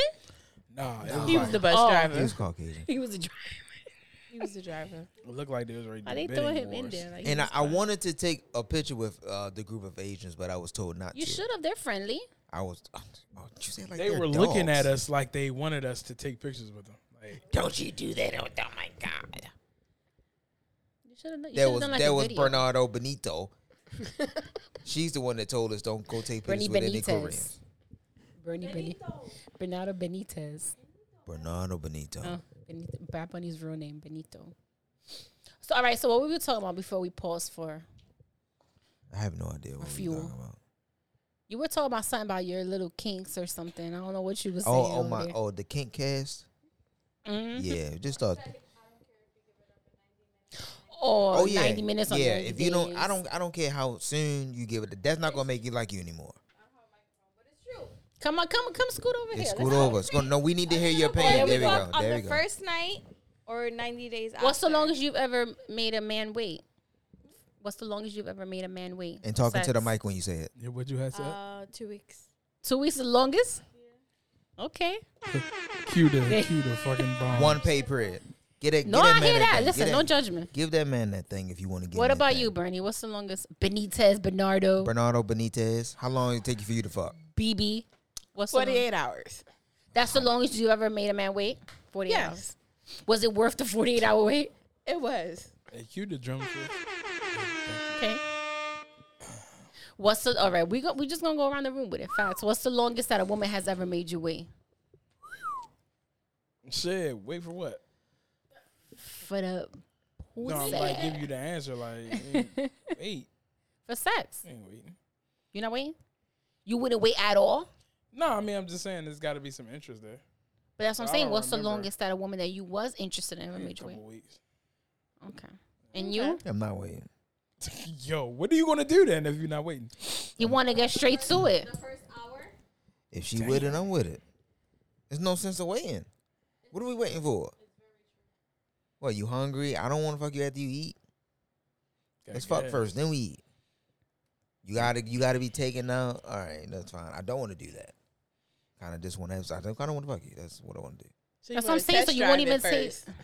Speaker 3: Nah, it,
Speaker 5: He
Speaker 3: was
Speaker 5: was
Speaker 3: like,
Speaker 5: the bus
Speaker 2: Oh.
Speaker 4: He
Speaker 5: driver.
Speaker 4: was Caucasian.
Speaker 2: He was a driver.
Speaker 5: He was the driver.
Speaker 3: it looked like they was ready. to
Speaker 2: Why
Speaker 3: do
Speaker 2: they throwing
Speaker 3: bidding
Speaker 2: him in
Speaker 3: wars.
Speaker 2: there? Like,
Speaker 4: And I, I wanted to take a picture with uh, the group of Asians, but I was told not
Speaker 2: you
Speaker 4: to.
Speaker 2: should have. They're friendly.
Speaker 4: I was. Oh, oh, you said like
Speaker 3: They
Speaker 4: they're
Speaker 3: were looking
Speaker 4: dogs.
Speaker 3: at us like they wanted us to take pictures with them. Like,
Speaker 4: Don't you do that? Oh, oh my God.
Speaker 2: You should have done, you
Speaker 4: That
Speaker 2: should've
Speaker 4: was
Speaker 2: done like
Speaker 4: that
Speaker 2: a
Speaker 4: was
Speaker 2: video.
Speaker 4: Bernardo Benito. She's the one that told us don't go take
Speaker 2: Bernie
Speaker 4: pictures with any Koreans.
Speaker 2: Benitez. Bernie Benitez. Bernardo Benitez.
Speaker 4: Bernardo Benito.
Speaker 2: Oh, Benito. Bad Bunny's real name, Benito. So, all right. So, what were we talking about before we paused for?
Speaker 4: I have no idea what we
Speaker 2: fuel.
Speaker 4: were talking about.
Speaker 2: You were talking about something about your little kinks or something. I don't know what you were saying.
Speaker 4: Oh, oh
Speaker 2: over
Speaker 4: my!
Speaker 2: there.
Speaker 4: Oh, the kink cast.
Speaker 2: Mhm.
Speaker 4: Yeah, just thought.
Speaker 2: Or
Speaker 4: Oh yeah,
Speaker 2: 90 minutes on
Speaker 4: yeah.
Speaker 2: 90
Speaker 4: If you don't,
Speaker 2: days.
Speaker 4: I don't, I don't care how soon you give it. That's not gonna make you like you anymore.
Speaker 2: Come on, come come scoot over
Speaker 4: It's
Speaker 2: here.
Speaker 4: scoot
Speaker 2: Let's go.
Speaker 4: over. It's gonna, no, we need to hear your opinion.
Speaker 2: there
Speaker 4: There
Speaker 2: we
Speaker 4: we go.
Speaker 6: Fuck on
Speaker 4: There we
Speaker 6: the
Speaker 4: go.
Speaker 6: first night or 90 days after.
Speaker 2: What's the longest you've ever made a man wait? What's the longest you've ever made a man wait?
Speaker 4: And talking to the
Speaker 2: Sex.
Speaker 4: mic when you say it.
Speaker 3: yeah, what you had said?
Speaker 6: Uh, two weeks.
Speaker 2: Two weeks is the longest? Okay.
Speaker 3: cue the cue the fucking bomb.
Speaker 4: One pay period. Get it.
Speaker 2: No,
Speaker 4: get
Speaker 2: I
Speaker 4: man
Speaker 2: hear that.
Speaker 4: thing. Get
Speaker 2: Listen,
Speaker 4: that-
Speaker 2: no judgment.
Speaker 4: Give that man that thing if you want to get.
Speaker 2: What
Speaker 4: him that
Speaker 2: about
Speaker 4: thing.
Speaker 2: you, Bernie? What's the longest? Benitez, Bernardo,
Speaker 4: Bernardo Benitez? How long did it take you for you to fuck?
Speaker 2: BB. What's the longest?
Speaker 5: 48 hours.
Speaker 2: That's the longest you ever made a man wait? 48 hours.
Speaker 5: Yes,
Speaker 2: Was it worth the 48 hour wait?
Speaker 5: it was.
Speaker 3: Hey, cue the drum. kit.
Speaker 2: Okay. What's the all right? We go. We just gonna go around the room with it. Facts. What's the longest that a woman has ever made you wait
Speaker 3: Shit, wait for what?
Speaker 2: for the who's
Speaker 3: No, I'm
Speaker 2: that?
Speaker 3: like give you the answer. Like, ain't- wait,
Speaker 2: for sex?
Speaker 3: ain't waiting.
Speaker 2: You're not waiting. You wouldn't wait at all.
Speaker 3: No, I mean I'm just saying there's got to be some interest there.
Speaker 2: But that's what I'm
Speaker 3: I
Speaker 2: saying.
Speaker 3: don't
Speaker 2: What's the
Speaker 3: remember.
Speaker 2: longest that a woman that you was interested in ever
Speaker 3: Yeah,
Speaker 2: made you
Speaker 3: couple
Speaker 2: wait?
Speaker 3: weeks.
Speaker 2: Okay. And you,
Speaker 4: I'm not waiting.
Speaker 3: Yo, what are you gonna do then if you're not waiting?
Speaker 2: you want to get straight to it.
Speaker 6: The first hour.
Speaker 4: If she with it, I'm with it. There's no sense of waiting. What are we waiting for? What, you hungry? I don't want to fuck you after you eat.
Speaker 3: Gotta
Speaker 4: Let's
Speaker 3: get
Speaker 4: fuck
Speaker 3: it.
Speaker 4: first, then we eat. You gotta you gotta be taken out. All right, that's fine. I don't want to do that. Kind of just want to. I don't kind of want to fuck you. That's what I want to do.
Speaker 5: So you
Speaker 2: That's what
Speaker 5: wanna
Speaker 2: I'm saying, so
Speaker 5: test
Speaker 2: you won't
Speaker 5: drive it
Speaker 2: even say-
Speaker 5: first.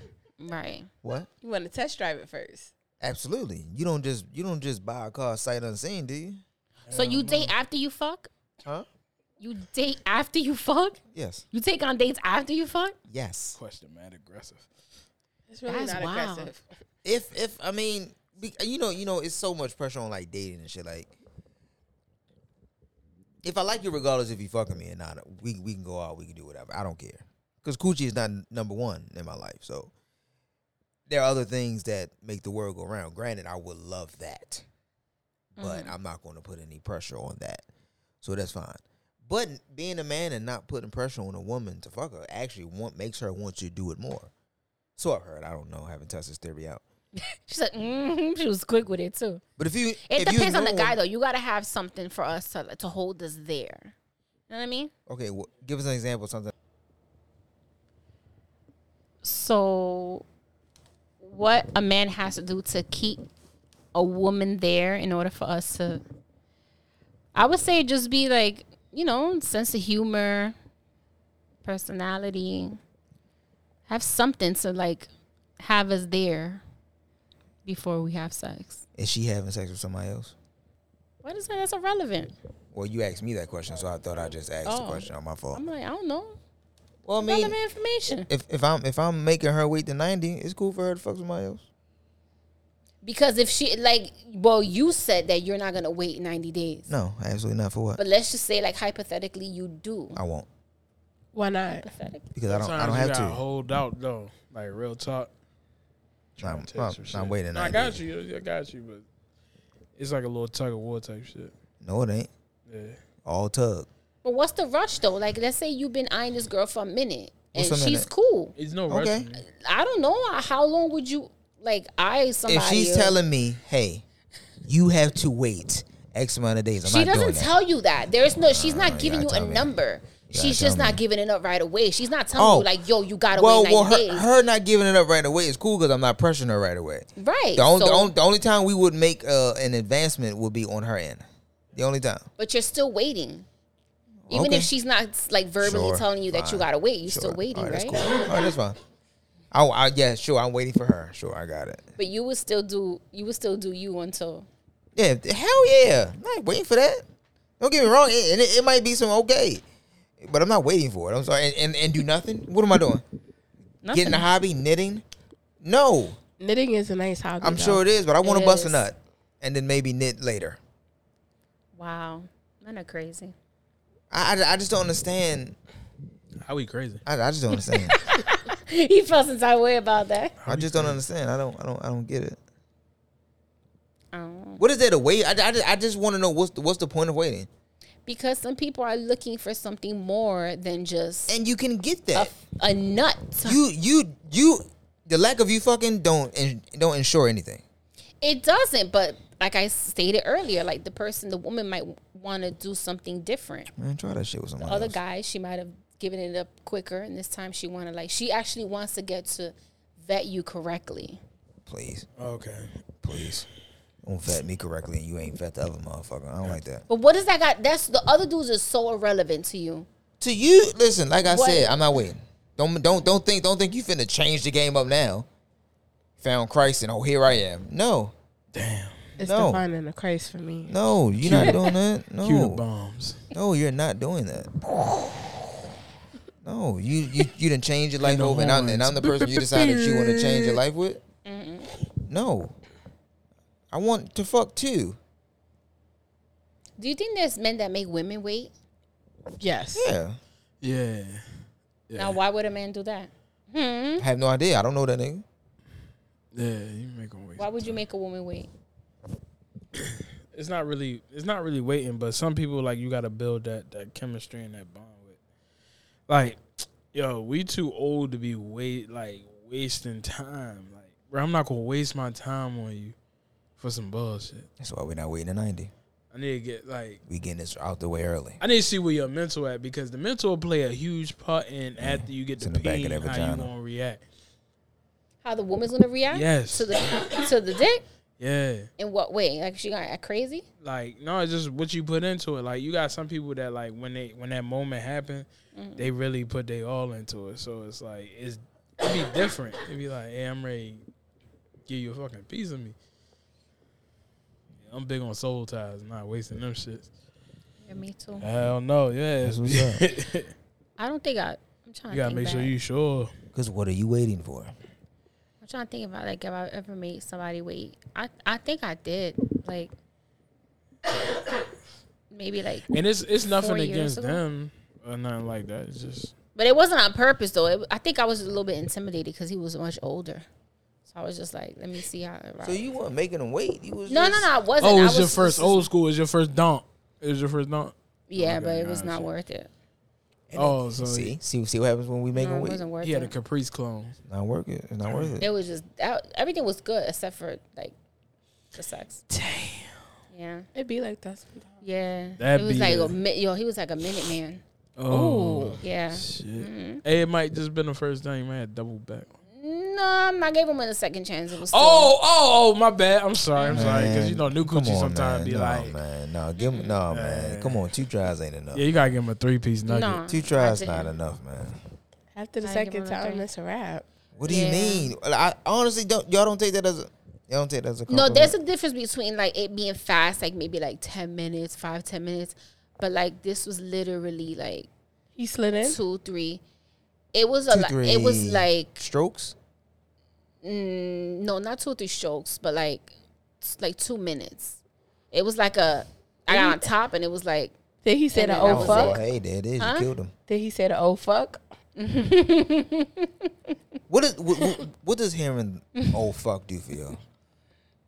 Speaker 2: Right.
Speaker 4: What?
Speaker 5: You want to test drive it first.
Speaker 4: Absolutely. You don't just you don't just buy a car sight unseen, do you?
Speaker 2: So
Speaker 4: Um,
Speaker 2: you date after you fuck?
Speaker 4: Huh?
Speaker 2: You date after you fuck?
Speaker 4: Yes.
Speaker 2: You take on dates after you fuck?
Speaker 4: Yes.
Speaker 3: Question, man, aggressive.
Speaker 5: It's really
Speaker 2: That's
Speaker 5: not
Speaker 2: wild.
Speaker 5: aggressive.
Speaker 4: If if I mean, be, you know, you know, it's so much pressure on like dating and shit. Like, if I like you, regardless if you fucking me or not, we we can go out, we can do whatever. I don't care because coochie is not n- number one in my life. So there are other things that make the world go round. Granted, I would love that, but I'm not going to put any pressure on that. So that's fine. But being a man and not putting pressure on a woman to fuck her actually want, makes her want you to do it more. So I've heard. I don't know. I haven't tested this theory out.
Speaker 2: She's like, mm she was quick with it too.
Speaker 4: But if you,
Speaker 2: It
Speaker 4: if you
Speaker 2: depends on the
Speaker 4: know-
Speaker 2: guy though. You gotta have something for us to to hold us there. You know what I mean?
Speaker 4: Okay, well, give us an example. of Something.
Speaker 2: So, what a man has to do to keep a woman there in order for us to, I would say, just be like you know, sense of humor, personality, have something to like have us there before we have sex.
Speaker 4: Is she having sex with somebody else?
Speaker 2: What is that? That's irrelevant.
Speaker 4: Well, you asked me that question, so I thought I just asked the
Speaker 2: Oh.
Speaker 4: question on my fault.
Speaker 2: I'm like, I don't know.
Speaker 4: well, I mean,
Speaker 2: Relevant information.
Speaker 4: if, if I'm if I'm making her wait to ninety, it's cool for her to fuck somebody else.
Speaker 2: Because if she like, well, you said that you're not gonna wait 90 days.
Speaker 4: No, absolutely not. For what?
Speaker 2: But let's just say, like hypothetically, you do.
Speaker 4: I won't
Speaker 5: Why not?
Speaker 2: Hypothetically.
Speaker 4: because I don't I
Speaker 3: Sometimes
Speaker 4: don't
Speaker 3: you
Speaker 4: have
Speaker 3: gotta
Speaker 4: to.
Speaker 3: Hold out though, like real talk.
Speaker 4: Nah,
Speaker 3: Tryna
Speaker 4: I'm,
Speaker 3: test
Speaker 4: I'm,
Speaker 3: some
Speaker 4: I'm
Speaker 3: shit.
Speaker 4: waiting.
Speaker 3: Nah, I
Speaker 4: 90
Speaker 3: got
Speaker 4: days.
Speaker 3: you. I got you, but it's like a little tug of war type shit.
Speaker 4: No, it ain't
Speaker 3: Yeah.
Speaker 4: all tug.
Speaker 2: But what's the rush though? Like, let's say you've been eyeing this girl for a minute and
Speaker 4: What's a
Speaker 2: she's
Speaker 4: minute?
Speaker 2: cool.
Speaker 3: It's no
Speaker 4: Okay.
Speaker 3: rush. man.
Speaker 2: I don't know uh, how long would you like eye somebody.
Speaker 4: If she's
Speaker 2: or-
Speaker 4: telling me, hey, you have to wait X amount of days, I'm
Speaker 2: she
Speaker 4: not doing
Speaker 2: doesn't
Speaker 4: that.
Speaker 2: tell you that. There's no. She's
Speaker 4: you
Speaker 2: not giving you
Speaker 4: gotta
Speaker 2: a
Speaker 4: tell me.
Speaker 2: number.
Speaker 4: gotta
Speaker 2: She's
Speaker 4: tell
Speaker 2: just not
Speaker 4: me.
Speaker 2: giving it up right away. She's not telling
Speaker 4: Oh.
Speaker 2: you like, yo, you gotta
Speaker 4: well,
Speaker 2: wait
Speaker 4: well,
Speaker 2: 90
Speaker 4: her,
Speaker 2: days.
Speaker 4: her not giving it up right away is cool because I'm not pressuring her right away.
Speaker 2: right.
Speaker 4: The only,
Speaker 2: so-
Speaker 4: the only, the only time we would make uh, an advancement would be on her end. The only time.
Speaker 2: but you're still waiting. Even
Speaker 4: Okay.
Speaker 2: if she's not like verbally
Speaker 4: Sure,
Speaker 2: telling you that you
Speaker 4: fine,
Speaker 2: gotta wait, you're
Speaker 4: Sure.
Speaker 2: still waiting,
Speaker 4: All
Speaker 2: right?
Speaker 4: That's cool. All right, that's fine. I, I, yeah, sure. I'm waiting for her. Sure, I got it.
Speaker 2: But you would still do you would still do you until
Speaker 4: Yeah, th- hell yeah. I'm not waiting for that. Don't get me wrong. It, and it, it might be some okay, but I'm not waiting for it. I'm sorry. And, and, and do nothing? What am I doing?
Speaker 2: nothing.
Speaker 4: Getting a hobby? Knitting? No.
Speaker 5: Knitting is a nice hobby.
Speaker 4: I'm
Speaker 5: though.
Speaker 4: sure it is, but I want to bust a
Speaker 2: is.
Speaker 4: nut and then maybe knit later.
Speaker 2: Wow, men are crazy.
Speaker 4: I, I, I just don't understand.
Speaker 3: How we crazy?
Speaker 4: I, I just don't understand.
Speaker 2: he felt some type of way about that.
Speaker 4: I just don't understand. I don't. I don't. I don't get it.
Speaker 2: Oh.
Speaker 4: What is that a wait? I, I, I just want to know what's the, what's the point of waiting?
Speaker 2: Because some people are looking for something more than just
Speaker 4: And you can get
Speaker 2: a,
Speaker 4: that.
Speaker 2: a nut.
Speaker 4: You you you. The lack of you fucking don't in, don't ensure anything.
Speaker 2: It doesn't, but like I stated earlier, like the person, the woman might want to do something different.
Speaker 4: Man, try that shit with someone.
Speaker 2: Other
Speaker 4: else.
Speaker 2: guys, she might have given it up quicker, and this time she want to like she actually wants to get to vet you correctly.
Speaker 4: please,
Speaker 3: Okay.
Speaker 4: please. Don't vet me correctly, and you ain't vet the other motherfucker. I don't like that.
Speaker 2: But what does that got? That's the other dudes are so irrelevant to you.
Speaker 4: To you, listen. Like I
Speaker 2: What?
Speaker 4: said, I'm not waiting. Don't don't don't think don't think you finna change the game up now. Found Christ and oh here I am. No,
Speaker 5: It's
Speaker 4: No.
Speaker 5: the finding of Christ for me.
Speaker 4: no, you're not doing that.
Speaker 3: Cue the
Speaker 4: No,
Speaker 3: bombs.
Speaker 4: No, you're not doing that. No, you you you didn't change your life
Speaker 3: the
Speaker 4: over, and I'm, and I'm the person you decided you want to change your life with. No, I want to fuck too.
Speaker 2: Do you think there's men that make women wait?
Speaker 5: Yes.
Speaker 4: Yeah,
Speaker 3: Yeah.
Speaker 2: Now, why would a man do that? Hmm.
Speaker 4: I have no idea. I don't know that nigga.
Speaker 3: Yeah. You make them wait.
Speaker 2: Why would you make a woman wait?
Speaker 3: it's not really it's not really waiting, but some people like you gotta build that that chemistry and that bond with. Like, yo, we too old to be wait like wasting time. Like, bro, I'm not gonna waste my time on you for some bullshit.
Speaker 4: That's why we're not waiting to 90.
Speaker 3: I need to get like
Speaker 4: We getting this out the way early.
Speaker 3: I need to see where your mental at because the mental will play a huge part in after you get
Speaker 4: it's
Speaker 3: the,
Speaker 4: in the back of
Speaker 3: pain,
Speaker 4: that
Speaker 3: how you
Speaker 4: vagina.
Speaker 3: gonna react.
Speaker 2: How the woman's gonna react
Speaker 3: Yes.
Speaker 2: to the to the dick?
Speaker 3: Yeah.
Speaker 2: In what way? Like she gonna act crazy?
Speaker 3: like no, it's just what you put into it. Like you got some people that like when they when that moment happened,
Speaker 2: Mm-hmm.
Speaker 3: they really put they all into it. So it's like it's it'd be different. It'd be like, hey, I'm ready to give you a fucking piece of me. I'm big on soul ties, not wasting them shits.
Speaker 2: Yeah, me too.
Speaker 3: Hell no, yeah.
Speaker 4: That's what's up.
Speaker 2: I don't think I. I'm trying to
Speaker 3: you gotta
Speaker 2: think
Speaker 3: make
Speaker 2: back.
Speaker 3: sure you sure.
Speaker 4: Because what are you waiting for?
Speaker 2: I'm trying to think about like if I ever made somebody wait. I I think I did. Like maybe like,
Speaker 3: And it's it's nothing
Speaker 2: Four years
Speaker 3: against
Speaker 2: ago?
Speaker 3: them or nothing like that. It's just
Speaker 2: but it wasn't on purpose though. It, I think I was a little bit intimidated because he was much older. So I was just like, let me see how. It
Speaker 4: So
Speaker 2: rides.
Speaker 4: you weren't making them wait. You was
Speaker 2: no, no,
Speaker 4: just-
Speaker 2: no, I wasn't.
Speaker 3: Oh,
Speaker 2: I
Speaker 3: it was your
Speaker 2: was-
Speaker 3: first old school, it was your first donk. It was your first donk.
Speaker 2: Yeah,
Speaker 3: Okay,
Speaker 2: but it was
Speaker 3: gotcha.
Speaker 2: not worth it.
Speaker 3: Oh, so
Speaker 4: see, see, see what happens when we make
Speaker 2: No,
Speaker 4: them
Speaker 2: it
Speaker 4: wait.
Speaker 2: wasn't worth
Speaker 3: he had a
Speaker 2: it.
Speaker 3: Caprice clone.
Speaker 4: Not worth it. It's not worth it.
Speaker 2: It was just that, everything was good except for like the sex. Damn. Yeah.
Speaker 5: It be like that sometimes.
Speaker 2: Yeah.
Speaker 3: That'd
Speaker 2: it was
Speaker 3: be
Speaker 2: like
Speaker 3: a-
Speaker 2: a mi- yo. He was like a minute man.
Speaker 3: Oh,
Speaker 2: Yeah.
Speaker 3: shit.
Speaker 2: Mhm.
Speaker 3: Hey, it might just been the first time you might have double back.
Speaker 2: No, I'm- I gave him a second chance. It was
Speaker 3: Oh, oh, oh, my bad. I'm sorry. I'm sorry. Because, you
Speaker 4: Man,
Speaker 3: know, new
Speaker 4: Come
Speaker 3: coochie
Speaker 4: on,
Speaker 3: sometimes
Speaker 4: man.
Speaker 3: be
Speaker 4: no,
Speaker 3: like,
Speaker 4: man, no, give him, no, man. Come on, two tries ain't enough.
Speaker 3: yeah, you got to give him a three piece
Speaker 2: still,
Speaker 3: nugget.
Speaker 2: no,
Speaker 4: Two tries not enough, man.
Speaker 5: After the
Speaker 2: I give
Speaker 5: second
Speaker 2: him a
Speaker 5: time,
Speaker 2: three.
Speaker 5: it's a wrap.
Speaker 4: What do you
Speaker 2: Yeah.
Speaker 4: mean? Like, I honestly don't. Y'all don't take that as a. Y'all don't take that as a.
Speaker 2: No, there's a
Speaker 4: compliment?
Speaker 2: difference between like it being fast, like maybe like ten minutes, five, ten minutes, but like this was literally like
Speaker 5: He slid in.
Speaker 2: two, three. It was a.
Speaker 4: Two,
Speaker 2: li- It was
Speaker 4: three.
Speaker 2: like
Speaker 4: strokes.
Speaker 2: mm, no, not two, three strokes, but like s- like two minutes. It was like a. I got on top, and it was like
Speaker 5: Did he say
Speaker 2: And
Speaker 5: the
Speaker 2: then
Speaker 5: oh
Speaker 2: that was
Speaker 5: fuck?
Speaker 4: hey, there it is.
Speaker 2: Huh?
Speaker 4: You killed him.
Speaker 5: Did he say the oh fuck?
Speaker 4: What is what, what, what does hearing "oh fuck" do for you?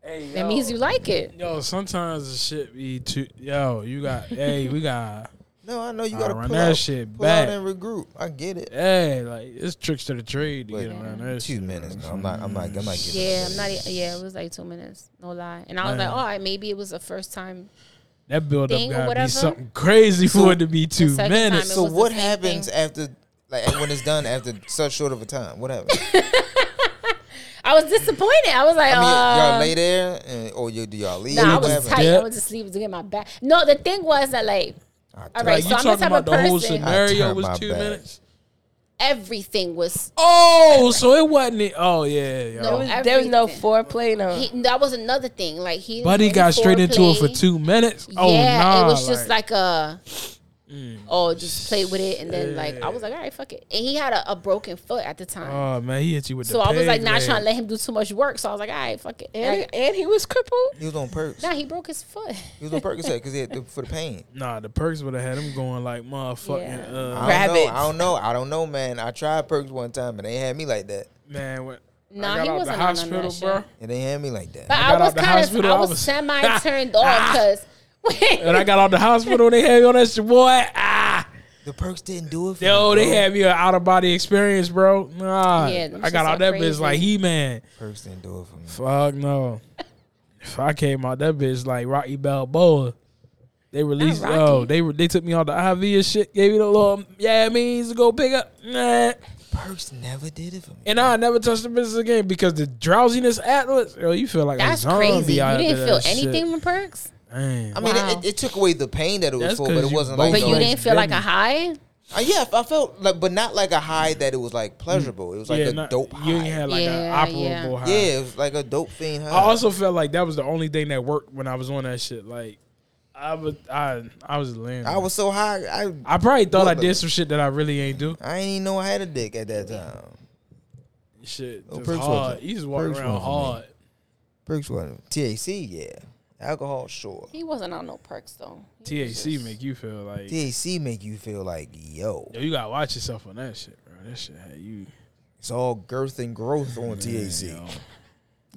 Speaker 3: Hey,
Speaker 2: that means you like it.
Speaker 3: Yo, sometimes the shit be too. Yo, you got. hey, we got.
Speaker 4: No, I know you
Speaker 3: Nah,
Speaker 4: gotta
Speaker 3: run
Speaker 4: pull
Speaker 3: that
Speaker 4: out,
Speaker 3: shit
Speaker 4: pull
Speaker 3: back.
Speaker 4: out and regroup. I get it.
Speaker 3: Hey, like, it's tricks to the trade to
Speaker 4: But
Speaker 3: get around
Speaker 2: Mm-hmm.
Speaker 3: that
Speaker 4: Two
Speaker 3: shit.
Speaker 4: minutes. No, I'm not. I'm not. I'm not getting.
Speaker 2: Yeah, I'm not. e- Yeah, it was like two minutes, no lie. And I was
Speaker 3: Man.
Speaker 2: like, all right, maybe it was the first time.
Speaker 3: That build up
Speaker 2: Thing or
Speaker 3: got to be
Speaker 2: whatever.
Speaker 3: something crazy
Speaker 4: So-
Speaker 3: for it to be two
Speaker 2: second
Speaker 3: minutes.
Speaker 2: time it
Speaker 4: So
Speaker 2: was the
Speaker 4: what
Speaker 2: same
Speaker 4: happens
Speaker 2: thing.
Speaker 4: after, like, when it's done after such short of a time? What happens?
Speaker 2: I was disappointed. I was like,
Speaker 4: I mean, y'all
Speaker 2: uh,
Speaker 4: lay there, and, or you do y'all leave?
Speaker 2: Nah, I
Speaker 4: What
Speaker 2: was
Speaker 4: happens?
Speaker 2: tight.
Speaker 3: Yeah.
Speaker 2: I was asleep to get my back. No, the thing was that like
Speaker 4: I
Speaker 2: All
Speaker 4: turned-
Speaker 2: right,
Speaker 3: Like, you
Speaker 2: so I'm the
Speaker 3: talking
Speaker 2: type of
Speaker 3: about the whole
Speaker 2: person-
Speaker 4: I
Speaker 3: scenario
Speaker 4: turned my
Speaker 3: was two
Speaker 4: back.
Speaker 3: minutes?
Speaker 2: everything was.
Speaker 3: Oh, so it wasn't. It. Oh yeah,
Speaker 2: No,
Speaker 3: yo.
Speaker 5: There was, there was no
Speaker 2: everything.
Speaker 5: foreplay. No.
Speaker 2: He, that was another thing. Like he, didn't
Speaker 3: Buddy
Speaker 2: really
Speaker 3: got straight into it for
Speaker 2: foreplay.
Speaker 3: two minutes. Oh
Speaker 2: yeah,
Speaker 3: nah,
Speaker 2: it was just like a. Oh, just play with it, and then like I was like, all right, fuck it. And he had a, a broken foot at the time,
Speaker 3: Oh man, he hit you with
Speaker 2: so
Speaker 3: the.
Speaker 2: I was like,
Speaker 3: peg
Speaker 2: not
Speaker 3: leg.
Speaker 2: trying to let him do too much work. So I was like, all right, fuck it.
Speaker 5: and,
Speaker 2: Like,
Speaker 5: and he was crippled.
Speaker 4: He was on perks.
Speaker 2: nah, he broke his foot.
Speaker 4: He was on Percocet because he had the, for the pain.
Speaker 3: Nah, the perks would have had him going like motherfucking.
Speaker 2: Yeah.
Speaker 3: Uh,
Speaker 4: I don't, know,
Speaker 5: Rabbits.
Speaker 4: I don't know. I don't know, man. I tried perks one time, and they had me like that.
Speaker 3: Man, when
Speaker 2: Nah,
Speaker 3: I got
Speaker 2: he
Speaker 3: out
Speaker 2: wasn't
Speaker 3: the
Speaker 2: on
Speaker 3: hospital,
Speaker 2: that shit.
Speaker 3: bro.
Speaker 4: And they had me like that.
Speaker 2: But
Speaker 3: I
Speaker 2: I,
Speaker 3: got out
Speaker 2: was
Speaker 3: the
Speaker 2: kind
Speaker 3: hospital,
Speaker 2: of,
Speaker 3: I
Speaker 2: I was
Speaker 3: was-
Speaker 2: semi turned off because.
Speaker 3: When I got out the hospital, they had me on that shit, boy. Ah,
Speaker 4: the perks didn't do it. For
Speaker 3: yo,
Speaker 4: me,
Speaker 3: they
Speaker 4: bro.
Speaker 3: had me an out of body experience, bro. Nah,
Speaker 2: Yeah, them
Speaker 3: I got
Speaker 2: shits
Speaker 3: out
Speaker 2: are
Speaker 3: that bitch
Speaker 2: crazy.
Speaker 3: like he man.
Speaker 4: perks didn't do it for me.
Speaker 3: Fuck no. if I came out that bitch like Rocky Balboa, they released
Speaker 2: Rocky.
Speaker 3: oh they they took me on the IV and shit, gave me the little yeah means to go pick up. Nah.
Speaker 4: Perks never did it for me.
Speaker 3: And I never touched the business again because the drowsiness atlas, yo, you feel like a
Speaker 2: That's
Speaker 3: zombie
Speaker 2: crazy. You
Speaker 3: out
Speaker 2: didn't
Speaker 3: there,
Speaker 2: feel
Speaker 3: that shit.
Speaker 2: anything from perks,
Speaker 3: Dang.
Speaker 4: I mean,
Speaker 2: Wow.
Speaker 4: it, it, it took away the pain that it was
Speaker 3: That's
Speaker 4: for, but
Speaker 3: 'cause
Speaker 4: it
Speaker 3: you
Speaker 4: wasn't
Speaker 3: both
Speaker 4: like.
Speaker 2: but
Speaker 3: Oh,
Speaker 2: you
Speaker 3: no.
Speaker 2: didn't feel like a
Speaker 3: Goodness.
Speaker 2: high.
Speaker 4: Uh, yeah, I felt like, but not like a high that it was like pleasurable. It was like
Speaker 3: yeah,
Speaker 4: a
Speaker 3: not-
Speaker 4: dope
Speaker 3: You
Speaker 4: high.
Speaker 3: ain't had like
Speaker 2: Yeah,
Speaker 3: an
Speaker 2: yeah.
Speaker 3: operable high.
Speaker 4: yeah, it was like a dope fiend high.
Speaker 3: I also felt like that was the only thing that worked when I was on that shit. Like I was I I was laying.
Speaker 4: I
Speaker 3: there.
Speaker 4: was so high. I
Speaker 3: I probably thought I
Speaker 4: Look,
Speaker 3: did
Speaker 4: look.
Speaker 3: some shit that I really ain't do.
Speaker 4: I ain't even know I had a dick at that time.
Speaker 3: Shit,
Speaker 4: Oh,
Speaker 3: just
Speaker 4: Perks
Speaker 3: hard.
Speaker 4: wasn't-
Speaker 3: You just walking
Speaker 4: Perks
Speaker 3: around
Speaker 4: wasn't me.
Speaker 3: hard.
Speaker 4: Perks wasn't THC. Yeah, alcohol. Sure.
Speaker 2: He wasn't on no perks though.
Speaker 3: THC make you feel like
Speaker 4: THC make you feel like yo.
Speaker 3: yo, you gotta watch yourself on that shit, bro. That shit had you
Speaker 4: It's all girth and growth on THC.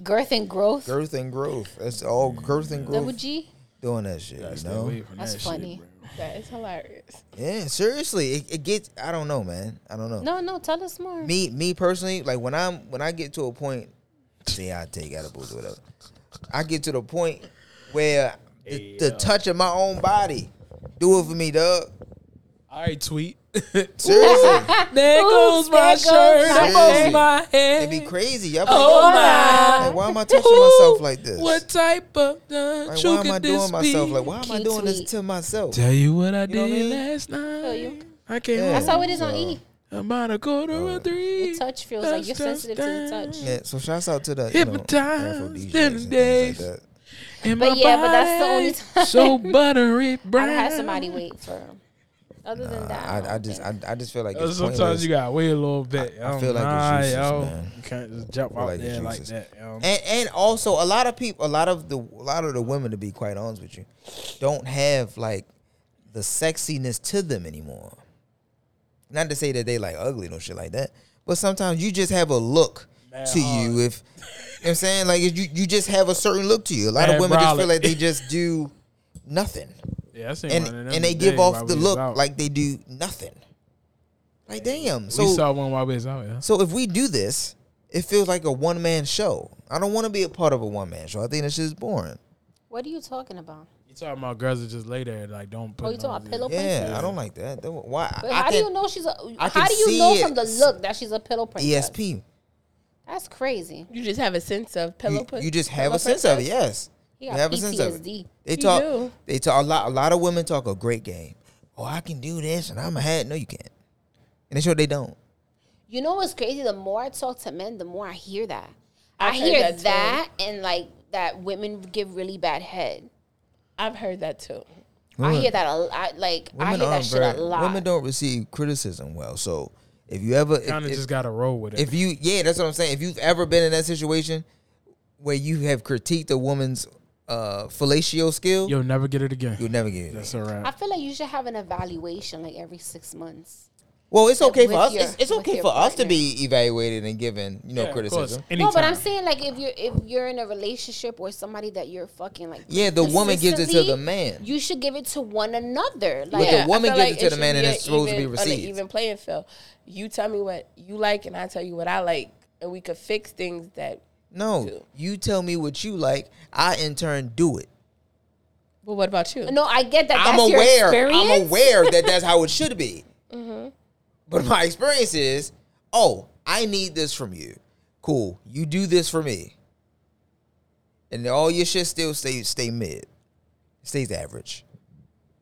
Speaker 2: Girth and growth.
Speaker 4: Girth and growth. That's all girth and growth.
Speaker 2: Double G.
Speaker 4: doing that shit.
Speaker 3: Gotta
Speaker 4: You
Speaker 3: stay
Speaker 4: know?
Speaker 3: away from
Speaker 2: That's
Speaker 3: that
Speaker 2: funny.
Speaker 3: Shit, bro.
Speaker 5: That is hilarious.
Speaker 4: Yeah, seriously, it, it gets. I don't know, man. I don't know.
Speaker 2: No, no, tell us more.
Speaker 4: Me, me personally, like when I'm when I get to a point, see, I take edibles, or whatever. I get to the point where the, the touch of my own body do it for me, dog.
Speaker 3: All right, tweet.
Speaker 4: Seriously,
Speaker 3: there goes
Speaker 2: there
Speaker 3: my
Speaker 2: goes
Speaker 3: shirt.
Speaker 4: my
Speaker 3: There goes
Speaker 4: shirt.
Speaker 3: my
Speaker 4: it'd be
Speaker 3: head.
Speaker 4: crazy. Y'all be like,
Speaker 3: Oh my.
Speaker 4: like, why am I touching myself like this?
Speaker 3: What type
Speaker 5: Oh
Speaker 3: of done?
Speaker 4: Like, why am I doing myself? Like, why am I
Speaker 2: Cute
Speaker 4: doing this
Speaker 2: tweet.
Speaker 4: to myself?
Speaker 3: Tell you what I
Speaker 4: know
Speaker 3: did
Speaker 4: what I mean?
Speaker 3: last night.
Speaker 2: you.
Speaker 3: I can't.
Speaker 4: Yeah.
Speaker 2: That's how it is on E.
Speaker 3: About a quarter of three.
Speaker 2: Your touch feels like you're
Speaker 3: Touch,
Speaker 2: sensitive to the touch.
Speaker 3: touch,
Speaker 4: Yeah, so shouts out to the you know,
Speaker 3: Hypnotized
Speaker 4: Afro DJs
Speaker 3: in
Speaker 4: and things
Speaker 3: days.
Speaker 4: Like that.
Speaker 3: And
Speaker 2: But
Speaker 3: my
Speaker 2: yeah, but that's the only
Speaker 3: body
Speaker 2: time.
Speaker 3: so buttery
Speaker 2: I
Speaker 3: brown.
Speaker 2: had somebody wait for. him. Other than that,
Speaker 4: I, I just, I, I just feel like
Speaker 3: Uh,
Speaker 4: it's
Speaker 3: Sometimes
Speaker 4: pointless.
Speaker 3: you gotta wait a little bit. I,
Speaker 4: feel
Speaker 3: feel
Speaker 4: like
Speaker 3: like
Speaker 4: it's
Speaker 3: nah,
Speaker 4: useless,
Speaker 3: yo.
Speaker 4: man.
Speaker 3: You can't just jump
Speaker 4: feel
Speaker 3: out
Speaker 4: like it's
Speaker 3: there like
Speaker 4: useless.
Speaker 3: that. yo.
Speaker 4: and and also a lot of people, a lot of the, a lot of the women, to be quite honest with you, don't have like the sexiness to them anymore. Not to say that they like ugly no shit like that, but sometimes you just have a look
Speaker 3: Mad
Speaker 4: to you. If you know what I'm saying, like you, you just have a certain look to you. A lot of
Speaker 3: Mad
Speaker 4: women just feel
Speaker 3: brolic.
Speaker 4: like they just do nothing,
Speaker 3: yeah, I seen
Speaker 4: and
Speaker 3: one of them
Speaker 4: and they
Speaker 3: today
Speaker 4: give
Speaker 3: while
Speaker 4: off
Speaker 3: we
Speaker 4: the
Speaker 3: was
Speaker 4: look
Speaker 3: out.
Speaker 4: like they do nothing. Like damn, so
Speaker 3: we saw one while we was out. Yeah.
Speaker 4: so if we do this, it feels like a one man show. I don't want to be a part of a one man show. I think that shit's boring.
Speaker 2: what are you talking about?
Speaker 3: You talking about girls that just lay there and like don't put.
Speaker 2: Oh, you talking
Speaker 3: no-
Speaker 2: about pillow princess?
Speaker 4: Yeah, I don't like that. That- Why?
Speaker 2: But
Speaker 4: I
Speaker 2: how do
Speaker 4: can
Speaker 2: you know she's a? How
Speaker 4: I can
Speaker 2: do you
Speaker 4: see
Speaker 2: know
Speaker 4: it.
Speaker 2: from the look that she's a pillow
Speaker 4: E
Speaker 2: princess?
Speaker 4: ESP.
Speaker 2: That's crazy.
Speaker 5: You just have a sense of pillow
Speaker 4: You,
Speaker 5: put.
Speaker 4: you just have
Speaker 5: pillow
Speaker 4: a sense of it.
Speaker 5: princess?
Speaker 4: Yes,
Speaker 2: He
Speaker 4: you
Speaker 2: got
Speaker 4: have a sense of it.
Speaker 2: PTSD.
Speaker 4: They
Speaker 5: You
Speaker 4: talk.
Speaker 5: do.
Speaker 4: They talk a lot. A lot of women talk a great game. Oh, I can do this, and I'm a hat. No, you can't. And they show they don't.
Speaker 2: You know what's crazy? The more I talk to men, the more I hear that. i
Speaker 5: I've heard
Speaker 2: hear
Speaker 5: that
Speaker 2: that,
Speaker 5: too.
Speaker 2: and like that women give really bad head.
Speaker 5: I've heard that too.
Speaker 2: I hear that a lot. Like I hear that
Speaker 4: aren't
Speaker 2: shit a
Speaker 4: very-
Speaker 2: lot.
Speaker 4: Women don't receive criticism well. So if you ever, if,
Speaker 3: Kind of
Speaker 4: if-
Speaker 3: just gotta roll with it.
Speaker 4: if you yeah that's what i'm saying if you've ever been in that situation where you have critiqued a woman's uh fellatio skill
Speaker 3: You'll never get it again.
Speaker 4: you'll never get it
Speaker 3: That's all
Speaker 2: I
Speaker 3: right.
Speaker 2: feel like you should have an evaluation like every six months.
Speaker 4: well it's okay for
Speaker 2: With
Speaker 4: us
Speaker 2: your-
Speaker 4: it's, it's
Speaker 2: with
Speaker 4: okay
Speaker 2: your
Speaker 4: for us to
Speaker 2: partner.
Speaker 4: be evaluated and given you know
Speaker 3: Yeah, of course,
Speaker 4: criticism
Speaker 2: No, but
Speaker 3: anytime.
Speaker 2: I'm saying like if you're if you're in a relationship or somebody that you're fucking like
Speaker 4: yeah the woman gives it to the
Speaker 2: consistently,
Speaker 4: man
Speaker 2: You should give it to one another.
Speaker 4: But
Speaker 2: Like
Speaker 4: the woman
Speaker 5: I feel
Speaker 4: gives it to the
Speaker 5: should
Speaker 4: man
Speaker 5: be
Speaker 4: and
Speaker 5: a
Speaker 4: it's supposed to be
Speaker 5: even- On
Speaker 4: received.
Speaker 5: an even playing field. You tell me what you like, and I tell you what I like, and we could fix things that.
Speaker 4: no
Speaker 5: too.
Speaker 4: you tell me what you like i in turn do it
Speaker 5: But what about you?
Speaker 2: no, I get that.
Speaker 4: i'm
Speaker 2: that's your
Speaker 4: aware i'm
Speaker 2: experience. Mm-hmm.
Speaker 4: aware that that's how it should be but my experience is oh i need this from you cool you do this for me and then all your shit still stays stay mid it stays average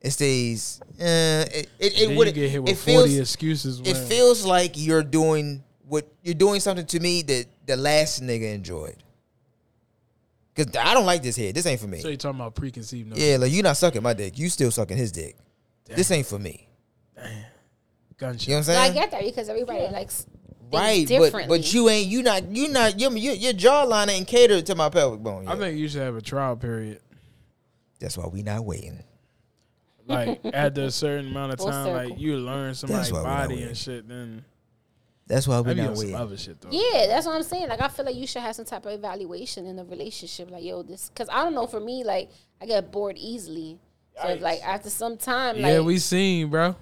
Speaker 4: it stays uh, it, it,
Speaker 3: Then
Speaker 4: it
Speaker 3: you
Speaker 4: would
Speaker 3: get hit with
Speaker 4: it
Speaker 3: 40
Speaker 4: feels
Speaker 3: excuses. When,
Speaker 4: it feels like you're doing what you're doing something to me that the last nigga enjoyed because i don't like this head this ain't for me
Speaker 3: so you're talking about preconceived notions.
Speaker 4: yeah, like you not sucking my dick. You still sucking his dick. This ain't for me.
Speaker 3: Gunshot.
Speaker 4: You know what I'm
Speaker 2: No, I
Speaker 4: saying?
Speaker 2: get that because everybody likes things
Speaker 4: right, but
Speaker 2: differently.
Speaker 4: but you ain't you not you not your your, your jawline ain't catered to my pelvic bone. Yet.
Speaker 3: I think you should have a trial period.
Speaker 4: that's why we not waiting.
Speaker 3: Like after a certain amount of
Speaker 2: Full
Speaker 3: time, like
Speaker 2: circle.
Speaker 3: you learn somebody's
Speaker 4: why we're not
Speaker 3: body
Speaker 4: waiting.
Speaker 3: and shit. Then
Speaker 4: That's why we
Speaker 3: maybe
Speaker 4: not
Speaker 3: on some
Speaker 4: waiting.
Speaker 3: other shit though.
Speaker 2: Yeah, that's what I'm saying. Like, I feel like you should have some type of evaluation in the relationship. Like, yo, this, because I don't know. For me, like, I get bored easily. So, if, like, after some time, like,
Speaker 3: yeah, we seen, bro.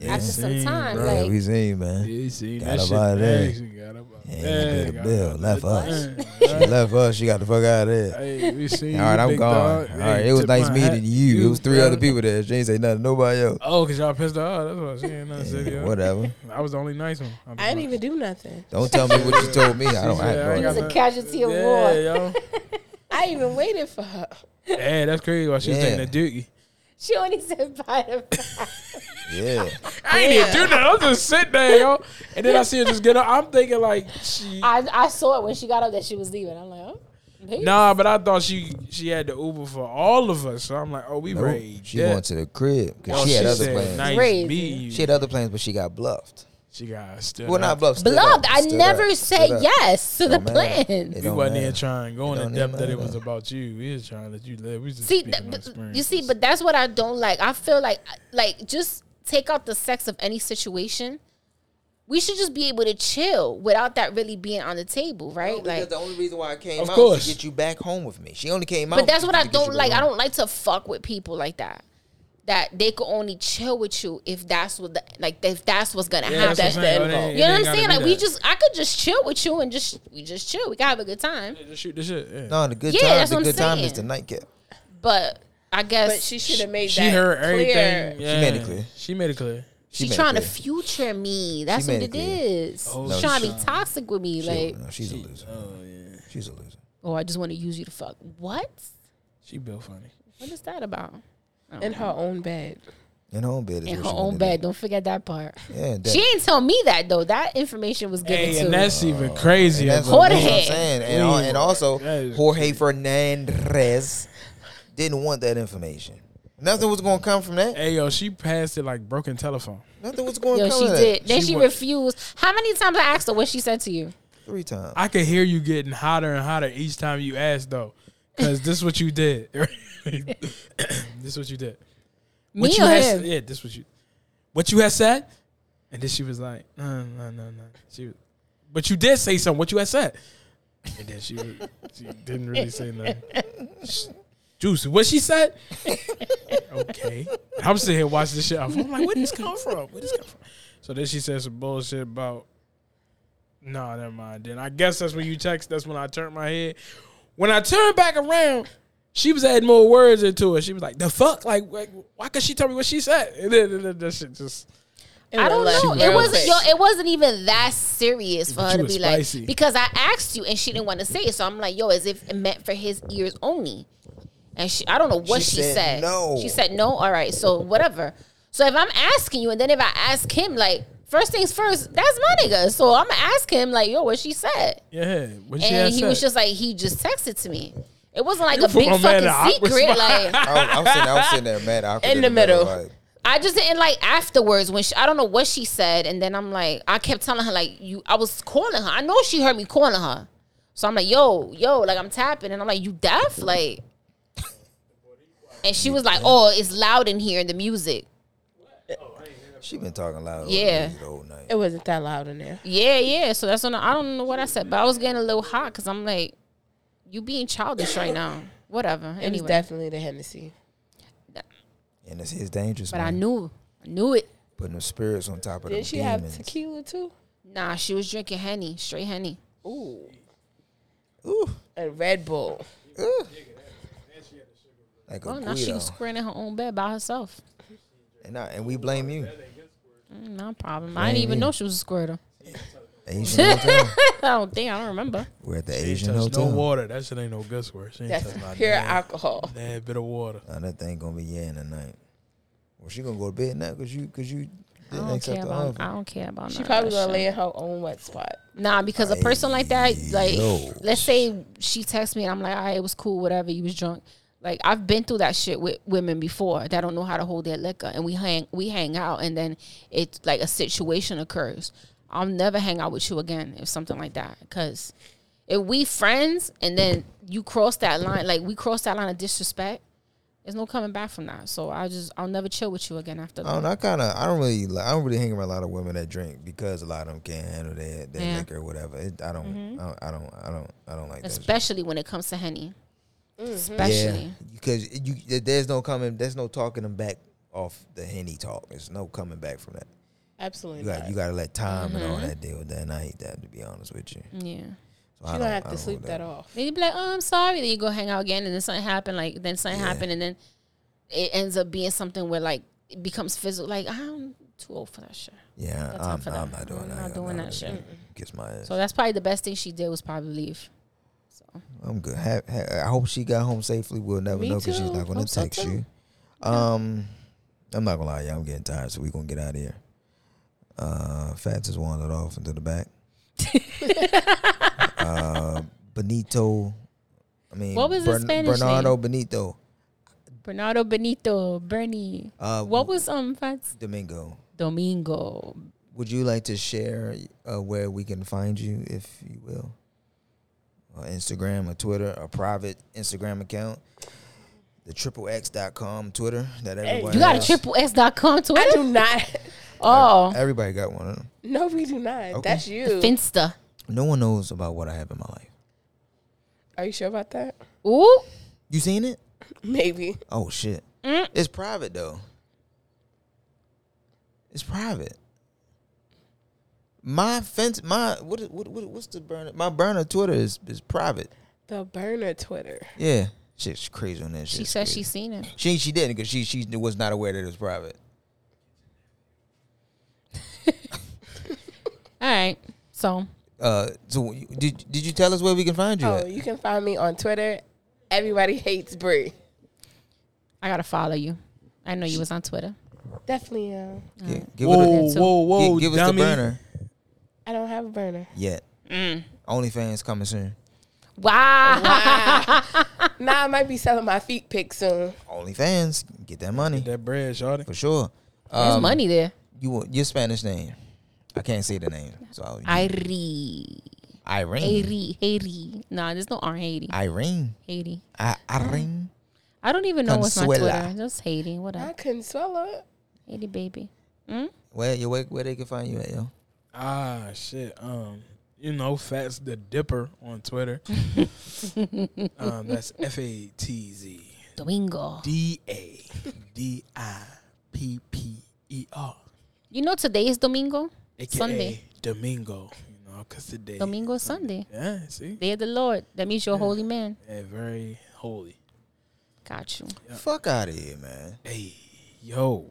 Speaker 4: Yeah,
Speaker 2: after some
Speaker 3: seen,
Speaker 2: time,
Speaker 3: bro.
Speaker 2: like,
Speaker 4: we seen man.
Speaker 3: Yeah, see,
Speaker 4: Got
Speaker 3: that
Speaker 4: up
Speaker 3: shit
Speaker 4: outta there.
Speaker 3: nasty, got up out
Speaker 4: Yeah,
Speaker 3: there,
Speaker 4: paid the
Speaker 3: got
Speaker 4: bill,
Speaker 3: up
Speaker 4: left
Speaker 3: out
Speaker 4: us.
Speaker 3: there,
Speaker 4: She
Speaker 3: bro.
Speaker 4: left us. She got the fuck out of there.
Speaker 3: Hey, we seen.
Speaker 4: All right,
Speaker 3: you,
Speaker 4: I'm
Speaker 3: big
Speaker 4: gone.
Speaker 3: dog.
Speaker 4: All
Speaker 3: Hey,
Speaker 4: right, it was
Speaker 3: tip
Speaker 4: nice
Speaker 3: my
Speaker 4: meeting
Speaker 3: hat
Speaker 4: you. It was three
Speaker 3: bro.
Speaker 4: other people there. She ain't say nothing. to Nobody else.
Speaker 3: Oh, cause y'all pissed her off. That's what she ain't nothing. said,
Speaker 4: Yeah,
Speaker 3: yeah.
Speaker 4: whatever.
Speaker 3: I was the only nice one. I'm
Speaker 5: I didn't
Speaker 3: like,
Speaker 5: even do nothing.
Speaker 4: Don't tell me what you told me. I don't. I
Speaker 3: said, I
Speaker 4: have
Speaker 3: ain't
Speaker 4: no
Speaker 3: got
Speaker 2: it's
Speaker 4: idea.
Speaker 2: a casualty of
Speaker 3: Yeah,
Speaker 2: war.
Speaker 3: yo.
Speaker 5: I even waited for her.
Speaker 3: Hey, that's crazy. Why she was
Speaker 4: Yeah.
Speaker 3: taking a dookie?
Speaker 2: She only said bye to bye.
Speaker 4: Yeah.
Speaker 3: I ain't even do nothing. I'm just sitting there, yo. And then I see her just get up. I'm thinking like she.
Speaker 2: I, I saw it when she got up that she was leaving. I'm like, oh, peace.
Speaker 3: Nah, but I thought she she had the Uber for all of us. So I'm like, oh, we
Speaker 4: Nope.
Speaker 3: rage.
Speaker 4: She went to the crib because
Speaker 3: Oh,
Speaker 4: she had
Speaker 3: she
Speaker 4: other
Speaker 3: said,
Speaker 4: plans.
Speaker 3: Nice
Speaker 2: Crazy.
Speaker 3: meeting you.
Speaker 4: She had other plans, but she got bluffed.
Speaker 3: She got stood
Speaker 4: Well, not
Speaker 3: up.
Speaker 4: bluffed. stood
Speaker 2: Beloved,
Speaker 4: up,
Speaker 2: I
Speaker 4: stood
Speaker 2: never
Speaker 4: up,
Speaker 2: said
Speaker 4: stood up.
Speaker 2: yes to the
Speaker 4: Don't matter.
Speaker 2: plan.
Speaker 4: It
Speaker 3: We
Speaker 4: don't
Speaker 3: wasn't even
Speaker 4: matter.
Speaker 3: trying going
Speaker 4: It
Speaker 3: in
Speaker 4: don't
Speaker 3: depth
Speaker 4: even
Speaker 3: that it was
Speaker 4: matter.
Speaker 3: about you. We was trying to let you live. We was just
Speaker 2: See,
Speaker 3: speaking
Speaker 2: th-
Speaker 3: on
Speaker 2: but-
Speaker 3: experience.
Speaker 2: you see, but that's what I don't like. I feel like, like, just take out the sex of any situation. we should just be able to chill without that really being on the table, right?
Speaker 4: because
Speaker 2: like,
Speaker 4: the only reason why I came
Speaker 3: Of
Speaker 4: out was
Speaker 3: course.
Speaker 4: to get you back home with me. She only came out.
Speaker 2: but that's what
Speaker 4: to
Speaker 2: I
Speaker 4: get
Speaker 2: don't
Speaker 4: you
Speaker 2: like. I
Speaker 4: alone.
Speaker 2: don't like to fuck with people like that. That they could only chill with you if that's what the, like if that's what's gonna happen.
Speaker 5: that's the end
Speaker 3: It Oh, ain't-
Speaker 5: goal.
Speaker 3: it
Speaker 2: you know what
Speaker 3: ain't
Speaker 2: I'm
Speaker 3: gotta
Speaker 2: saying?
Speaker 3: be
Speaker 2: Like we
Speaker 3: that.
Speaker 2: just I could just chill with you and just we just chill. We can have a good time.
Speaker 3: Yeah, just shoot the shit. yeah.
Speaker 4: No, the good
Speaker 2: Yeah,
Speaker 4: time.
Speaker 2: that's
Speaker 4: The
Speaker 2: what I'm
Speaker 4: good time is
Speaker 2: saying.
Speaker 4: the nightcap.
Speaker 2: But I guess
Speaker 5: But she should have made
Speaker 3: She
Speaker 5: that
Speaker 3: heard
Speaker 5: clear.
Speaker 3: everything. Yeah.
Speaker 4: made it clear.
Speaker 3: She made it clear.
Speaker 2: She,
Speaker 4: made it
Speaker 2: trying to
Speaker 4: clear.
Speaker 2: future me. That's what
Speaker 4: made it
Speaker 2: it
Speaker 4: clear.
Speaker 2: is. She's
Speaker 3: Oh,
Speaker 4: no,
Speaker 2: trying to
Speaker 4: she-
Speaker 2: be toxic with me.
Speaker 4: She-
Speaker 2: like,
Speaker 4: no, she's a loser.
Speaker 3: Oh yeah.
Speaker 4: She's a loser.
Speaker 2: oh, I just want to use you to fuck. What?
Speaker 3: She built funny.
Speaker 2: What is that about?
Speaker 5: in her own bed.
Speaker 4: In her own bed. is
Speaker 2: In
Speaker 4: what
Speaker 2: her
Speaker 4: she
Speaker 2: own
Speaker 4: wanted
Speaker 2: bed. Don't forget that part.
Speaker 4: to do. Yeah, that,
Speaker 2: She ain't tell me that though. That information was given
Speaker 3: Hey,
Speaker 2: to
Speaker 3: and
Speaker 2: me.
Speaker 3: that's even crazier.
Speaker 4: Oh, that's
Speaker 3: bro.
Speaker 4: what, that's what I'm
Speaker 2: Jorge.
Speaker 4: saying. And, al- and also,
Speaker 3: That is
Speaker 4: Jorge Fernandez didn't want that information. Nothing was going to come from that.
Speaker 3: Hey yo, she passed it like broken telephone.
Speaker 4: Nothing was going to
Speaker 2: Yo,
Speaker 4: come
Speaker 2: she
Speaker 4: from that.
Speaker 2: did. Then
Speaker 3: She
Speaker 2: she,
Speaker 3: wa-
Speaker 2: refused. How many times I asked her what she said to you?
Speaker 4: Three times.
Speaker 3: I could hear you getting hotter and hotter each time you asked though, because this is what you did. this is what you did. What
Speaker 2: me
Speaker 3: you
Speaker 2: or
Speaker 3: had,
Speaker 2: him?
Speaker 3: Yeah, this was you. What you had said, and then she was like, "No, no, no, no." She, was, but you did say something. What you had said, and then she, was- she didn't really say nothing. Sh- Juicy, what she said? okay, I'm sitting here watching this shit. I'm like, where did this come from? Where this come from? So then she said some bullshit about. No, never mind. Then I guess that's when you text. That's when I turned my head. When I turned back around, she was adding more words into it. She was like, "The fuck! Like, like why could she tell me what she said?" And then, and then that shit just
Speaker 5: It
Speaker 2: I
Speaker 5: went
Speaker 2: don't
Speaker 5: left
Speaker 2: know.
Speaker 5: real
Speaker 2: It wasn't
Speaker 5: quick.
Speaker 2: yo, it wasn't even that serious for
Speaker 3: But
Speaker 2: her
Speaker 3: you
Speaker 2: to
Speaker 3: was
Speaker 2: be
Speaker 3: spicy.
Speaker 2: like because I asked you and she didn't want to say it. So I'm like, yo, as if it meant for his ears only. And she I don't know what
Speaker 4: She
Speaker 2: she,
Speaker 4: said
Speaker 2: said,
Speaker 4: no.
Speaker 2: She said no. All right, so whatever. So if I'm asking you and then if I ask him like first things first, that's my nigga. So I'm gonna ask him like, yo, what she said.
Speaker 3: yeah. What she
Speaker 2: and
Speaker 3: had
Speaker 2: he
Speaker 3: said.
Speaker 2: was just like he just texted to me. It wasn't like
Speaker 3: You
Speaker 2: a
Speaker 3: put
Speaker 2: big
Speaker 3: my man in an
Speaker 2: fucking
Speaker 3: awkward
Speaker 2: secret.
Speaker 3: spot.
Speaker 2: Like
Speaker 4: I, was- I was sitting, I was sitting there mad awkward
Speaker 5: In the middle.
Speaker 4: like,
Speaker 2: I just didn't like afterwards when she, I don't know what she said, and then I'm like, I kept telling her like you, I was calling her. I know she heard me calling her, so I'm like, yo, yo, like I'm tapping, and I'm like, you deaf, like, and she was like, oh, it's loud in here, the music.
Speaker 4: she been talking loud. over
Speaker 2: Yeah.
Speaker 4: The whole night.
Speaker 5: It wasn't that loud in there.
Speaker 2: Yeah, yeah. So that's when I don't know what I said, but I was getting a little hot because I'm like, you being childish right now. Whatever.
Speaker 5: It was
Speaker 2: Anyway,
Speaker 5: definitely the Hennessy.
Speaker 4: And it's his dangerous.
Speaker 2: but I
Speaker 4: man.
Speaker 2: knew, I knew it.
Speaker 4: Putting them spirits on top of them
Speaker 5: Did she have
Speaker 4: demons.
Speaker 5: tequila too?
Speaker 2: Nah, she was drinking henny, straight henny.
Speaker 5: Ooh,
Speaker 4: Ooh,
Speaker 5: and Red Bull.
Speaker 4: ooh. Like a
Speaker 2: Oh, now she
Speaker 4: Guido.
Speaker 2: was squaring in her own bed by herself.
Speaker 4: And, I, and we blame you.
Speaker 2: Mm, No problem. I didn't even know she was a squirter.
Speaker 4: Asian hotel.
Speaker 2: I don't think I don't remember.
Speaker 4: We're at the
Speaker 3: She ain't
Speaker 4: Asian
Speaker 3: touch
Speaker 4: hotel.
Speaker 3: no water. That shit ain't no good word. She ain't
Speaker 5: That's
Speaker 3: touch my
Speaker 5: pure
Speaker 3: damn-
Speaker 5: alcohol.
Speaker 3: damn bit of water.
Speaker 4: Nah, that thing gonna be yeah in the night. Well, she gonna go to bed now because you because you
Speaker 2: I
Speaker 4: didn't
Speaker 2: don't
Speaker 4: accept
Speaker 2: care
Speaker 4: the
Speaker 2: about.
Speaker 4: offer.
Speaker 2: I don't care about.
Speaker 5: She
Speaker 2: none of
Speaker 5: probably
Speaker 2: that
Speaker 5: gonna
Speaker 2: shit.
Speaker 5: lay in her own wet spot.
Speaker 2: Nah, because a person like that, like,
Speaker 4: Yo.
Speaker 2: let's say she texts me and I'm like, all right, it was cool, whatever. You was drunk. Like I've been through that shit with women before that don't know how to hold their liquor, and we hang we hang out, and then it's like a situation occurs. I'll never hang out with you again if something like that, because if we friends and then you cross that line, like we cross that line of disrespect, there's no coming back from that. So I just I'll never chill with you again after
Speaker 4: I
Speaker 2: that.
Speaker 4: don't know. I kind of I don't really li- I don't really hang around a lot of women that drink because a lot of them can't handle their, their
Speaker 2: Yeah. Mm-hmm.
Speaker 4: liquor or whatever. It, I, don't, I don't I don't I don't I don't like that. shit.
Speaker 2: especially when it comes to henny. Especially,
Speaker 4: because you there- there's no coming there's no talking them back off the henny talk. There's no coming back from that.
Speaker 5: Absolutely.
Speaker 4: You got
Speaker 5: not.
Speaker 4: you got to let time and
Speaker 2: Mm-hmm.
Speaker 4: all that deal with that. And I hate that to be honest with you.
Speaker 2: yeah.
Speaker 4: So I
Speaker 5: She
Speaker 4: don't-
Speaker 5: gonna have
Speaker 4: I
Speaker 5: to
Speaker 4: don't
Speaker 5: sleep
Speaker 4: hold
Speaker 5: that off.
Speaker 2: Then you be like, "Oh, I'm sorry." Then you go hang out again, and then something happened. Like then something
Speaker 4: Yeah.
Speaker 2: happened, and then it ends up being something where like it becomes physical. Like I'm too old for that shit.
Speaker 4: Yeah,
Speaker 2: Got time
Speaker 4: I'm,
Speaker 2: for
Speaker 4: I'm
Speaker 2: that.
Speaker 4: not doing
Speaker 2: I'm
Speaker 4: that.
Speaker 2: not doing that shit.
Speaker 4: Kiss my ass.
Speaker 2: So that's probably the best thing she did was probably leave. So
Speaker 4: I'm good. Ha- ha- I hope she got home safely. We'll never
Speaker 5: Me
Speaker 4: know because she's
Speaker 5: too.
Speaker 4: not going
Speaker 5: Hope
Speaker 4: to
Speaker 5: so
Speaker 4: text
Speaker 5: too.
Speaker 4: you. Um, I'm not gonna lie, y'all. I'm getting tired, so we're gonna get out of here. Uh, Fats has wandered off into the back. uh, Benito. I mean,
Speaker 2: What was his Spanish name?
Speaker 4: Bernardo Benito.
Speaker 2: Bernardo Benito, Bernie.
Speaker 4: Uh,
Speaker 2: What was um Fats
Speaker 4: Domingo?
Speaker 2: Domingo?
Speaker 4: Would you like to share uh, where we can find you, if you will? Uh, Instagram or Twitter, a private Instagram account, the triple X dot com Twitter that everyone
Speaker 2: You got a
Speaker 4: has.
Speaker 2: triple S dot com
Speaker 5: I
Speaker 2: Twitter.
Speaker 5: do not.
Speaker 2: Oh,
Speaker 4: Everybody got one of them.
Speaker 5: No, we do not.
Speaker 4: Okay.
Speaker 5: That's you.
Speaker 2: Finsta.
Speaker 4: No one knows about what I have in my life.
Speaker 5: Are you sure about that?
Speaker 2: Ooh,
Speaker 4: You seen it?
Speaker 5: Maybe.
Speaker 4: Oh shit.
Speaker 2: Mm.
Speaker 4: It's private though. It's private. My fence my what what, what what's the burner my burner Twitter is, is private.
Speaker 5: The burner Twitter.
Speaker 4: Yeah. Shit's crazy on that shit.
Speaker 2: she said she seen it.
Speaker 4: she she didn't because she she was not aware that it was private.
Speaker 2: All right, so
Speaker 4: Uh so you- did did you tell us where we can find you
Speaker 5: Oh,
Speaker 4: at?
Speaker 5: you can find me on Twitter. Everybody hates Brie.
Speaker 2: I gotta follow you. I know you was on Twitter.
Speaker 5: Definitely am.
Speaker 4: Gi- give it a,
Speaker 3: Whoa,
Speaker 2: that too.
Speaker 3: whoa,
Speaker 4: gi-
Speaker 3: whoa!
Speaker 4: give us
Speaker 3: dummy.
Speaker 4: the burner
Speaker 5: I don't have a burner.
Speaker 4: yet. OnlyFans coming soon.
Speaker 2: Wow.
Speaker 5: nah, I might be selling my feet pics soon.
Speaker 4: OnlyFans, get that money
Speaker 3: That bread, shorty.
Speaker 4: for sure.
Speaker 2: There's
Speaker 4: Um,
Speaker 2: money there.
Speaker 4: You want your Spanish name? I can't say the name. So I,
Speaker 2: Iri.
Speaker 4: Irene.
Speaker 2: Haiti. Haiti. Nah, there's no R in Haiti.
Speaker 4: Irene.
Speaker 2: Haiti.
Speaker 4: I, Irene.
Speaker 2: I don't even know what's my
Speaker 4: Consuela.
Speaker 2: Twitter. Just Haiti. What
Speaker 5: I
Speaker 2: up?
Speaker 5: couldn't swell up.
Speaker 2: Haiti baby. Mm?
Speaker 4: Where you where, where they can find you at yo?
Speaker 3: Ah, shit. Um, you know, Fats the Dipper on Twitter. um, that's F A T Z
Speaker 2: Domingo.
Speaker 3: D A D I P P E R.
Speaker 2: You know today is Domingo?
Speaker 3: AKA
Speaker 2: Sunday.
Speaker 3: Domingo. You know, cause today.
Speaker 2: Domingo is Sunday.
Speaker 3: Yeah, see,
Speaker 2: Day of the Lord. That means you're a holy man.
Speaker 3: yeah, very holy.
Speaker 2: Got you.
Speaker 4: Fuck out of here, man.
Speaker 3: Hey, yo,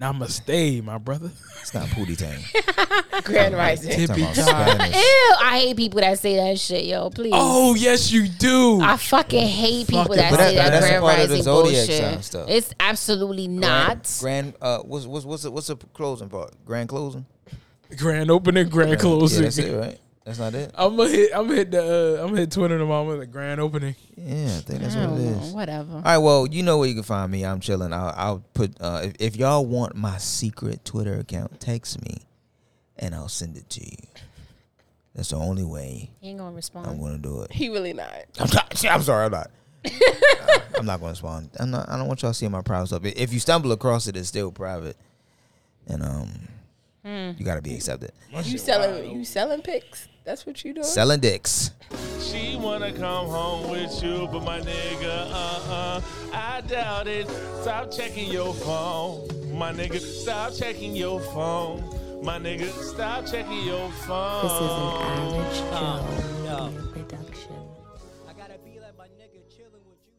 Speaker 3: namaste, my brother.
Speaker 4: It's not Pootie time.
Speaker 5: Grand Rising.
Speaker 4: It's talking about
Speaker 3: Tippy top.
Speaker 2: Ew,
Speaker 4: Spanish.
Speaker 2: I hate people that say that shit, yo. Please.
Speaker 3: Oh yes, you do.
Speaker 2: I fucking hate people
Speaker 3: Fucking-
Speaker 2: that
Speaker 3: But
Speaker 2: say that,
Speaker 3: that- that's a
Speaker 2: grand
Speaker 4: part of the
Speaker 2: rising
Speaker 4: zodiac
Speaker 2: bullshit.
Speaker 4: sign stuff.
Speaker 2: It's absolutely
Speaker 4: Grand-
Speaker 2: not.
Speaker 4: Grand, uh, what's what's what's the, what's the closing part? Grand closing.
Speaker 3: grand opening, grand closing.
Speaker 4: Yeah, that's it, right? That's not it.
Speaker 3: I'm gonna hit. I'm gonna hit the. Uh, I'm gonna hit Twitter tomorrow with a grand opening.
Speaker 4: Yeah, I think that's
Speaker 2: I
Speaker 4: what it
Speaker 2: don't know.
Speaker 4: is.
Speaker 2: Whatever.
Speaker 4: All right, well, you know where you can find me. I'm chilling. I'll, I'll put uh, if, if y'all want my secret Twitter account, text me, and I'll send it to you. That's the only way
Speaker 2: He ain't gonna
Speaker 4: I'm
Speaker 2: respond.
Speaker 4: gonna do it.
Speaker 5: He really not.
Speaker 4: I'm not. I'm sorry. I'm not. I'm not gonna respond. I'm not. I don't want y'all seeing my private stuff. If you stumble across it, it's still private, and um, you gotta be accepted.
Speaker 5: You selling you selling pics? That's what you doing?
Speaker 4: Selling dicks.
Speaker 7: She wanna come home with you, but my nigga, uh-uh, I doubt it. Stop checking your phone, my nigga. Stop checking your phone, my nigga. Stop checking your phone.
Speaker 1: This is an average Joe production.
Speaker 8: I gotta be like my nigga chillin' with you.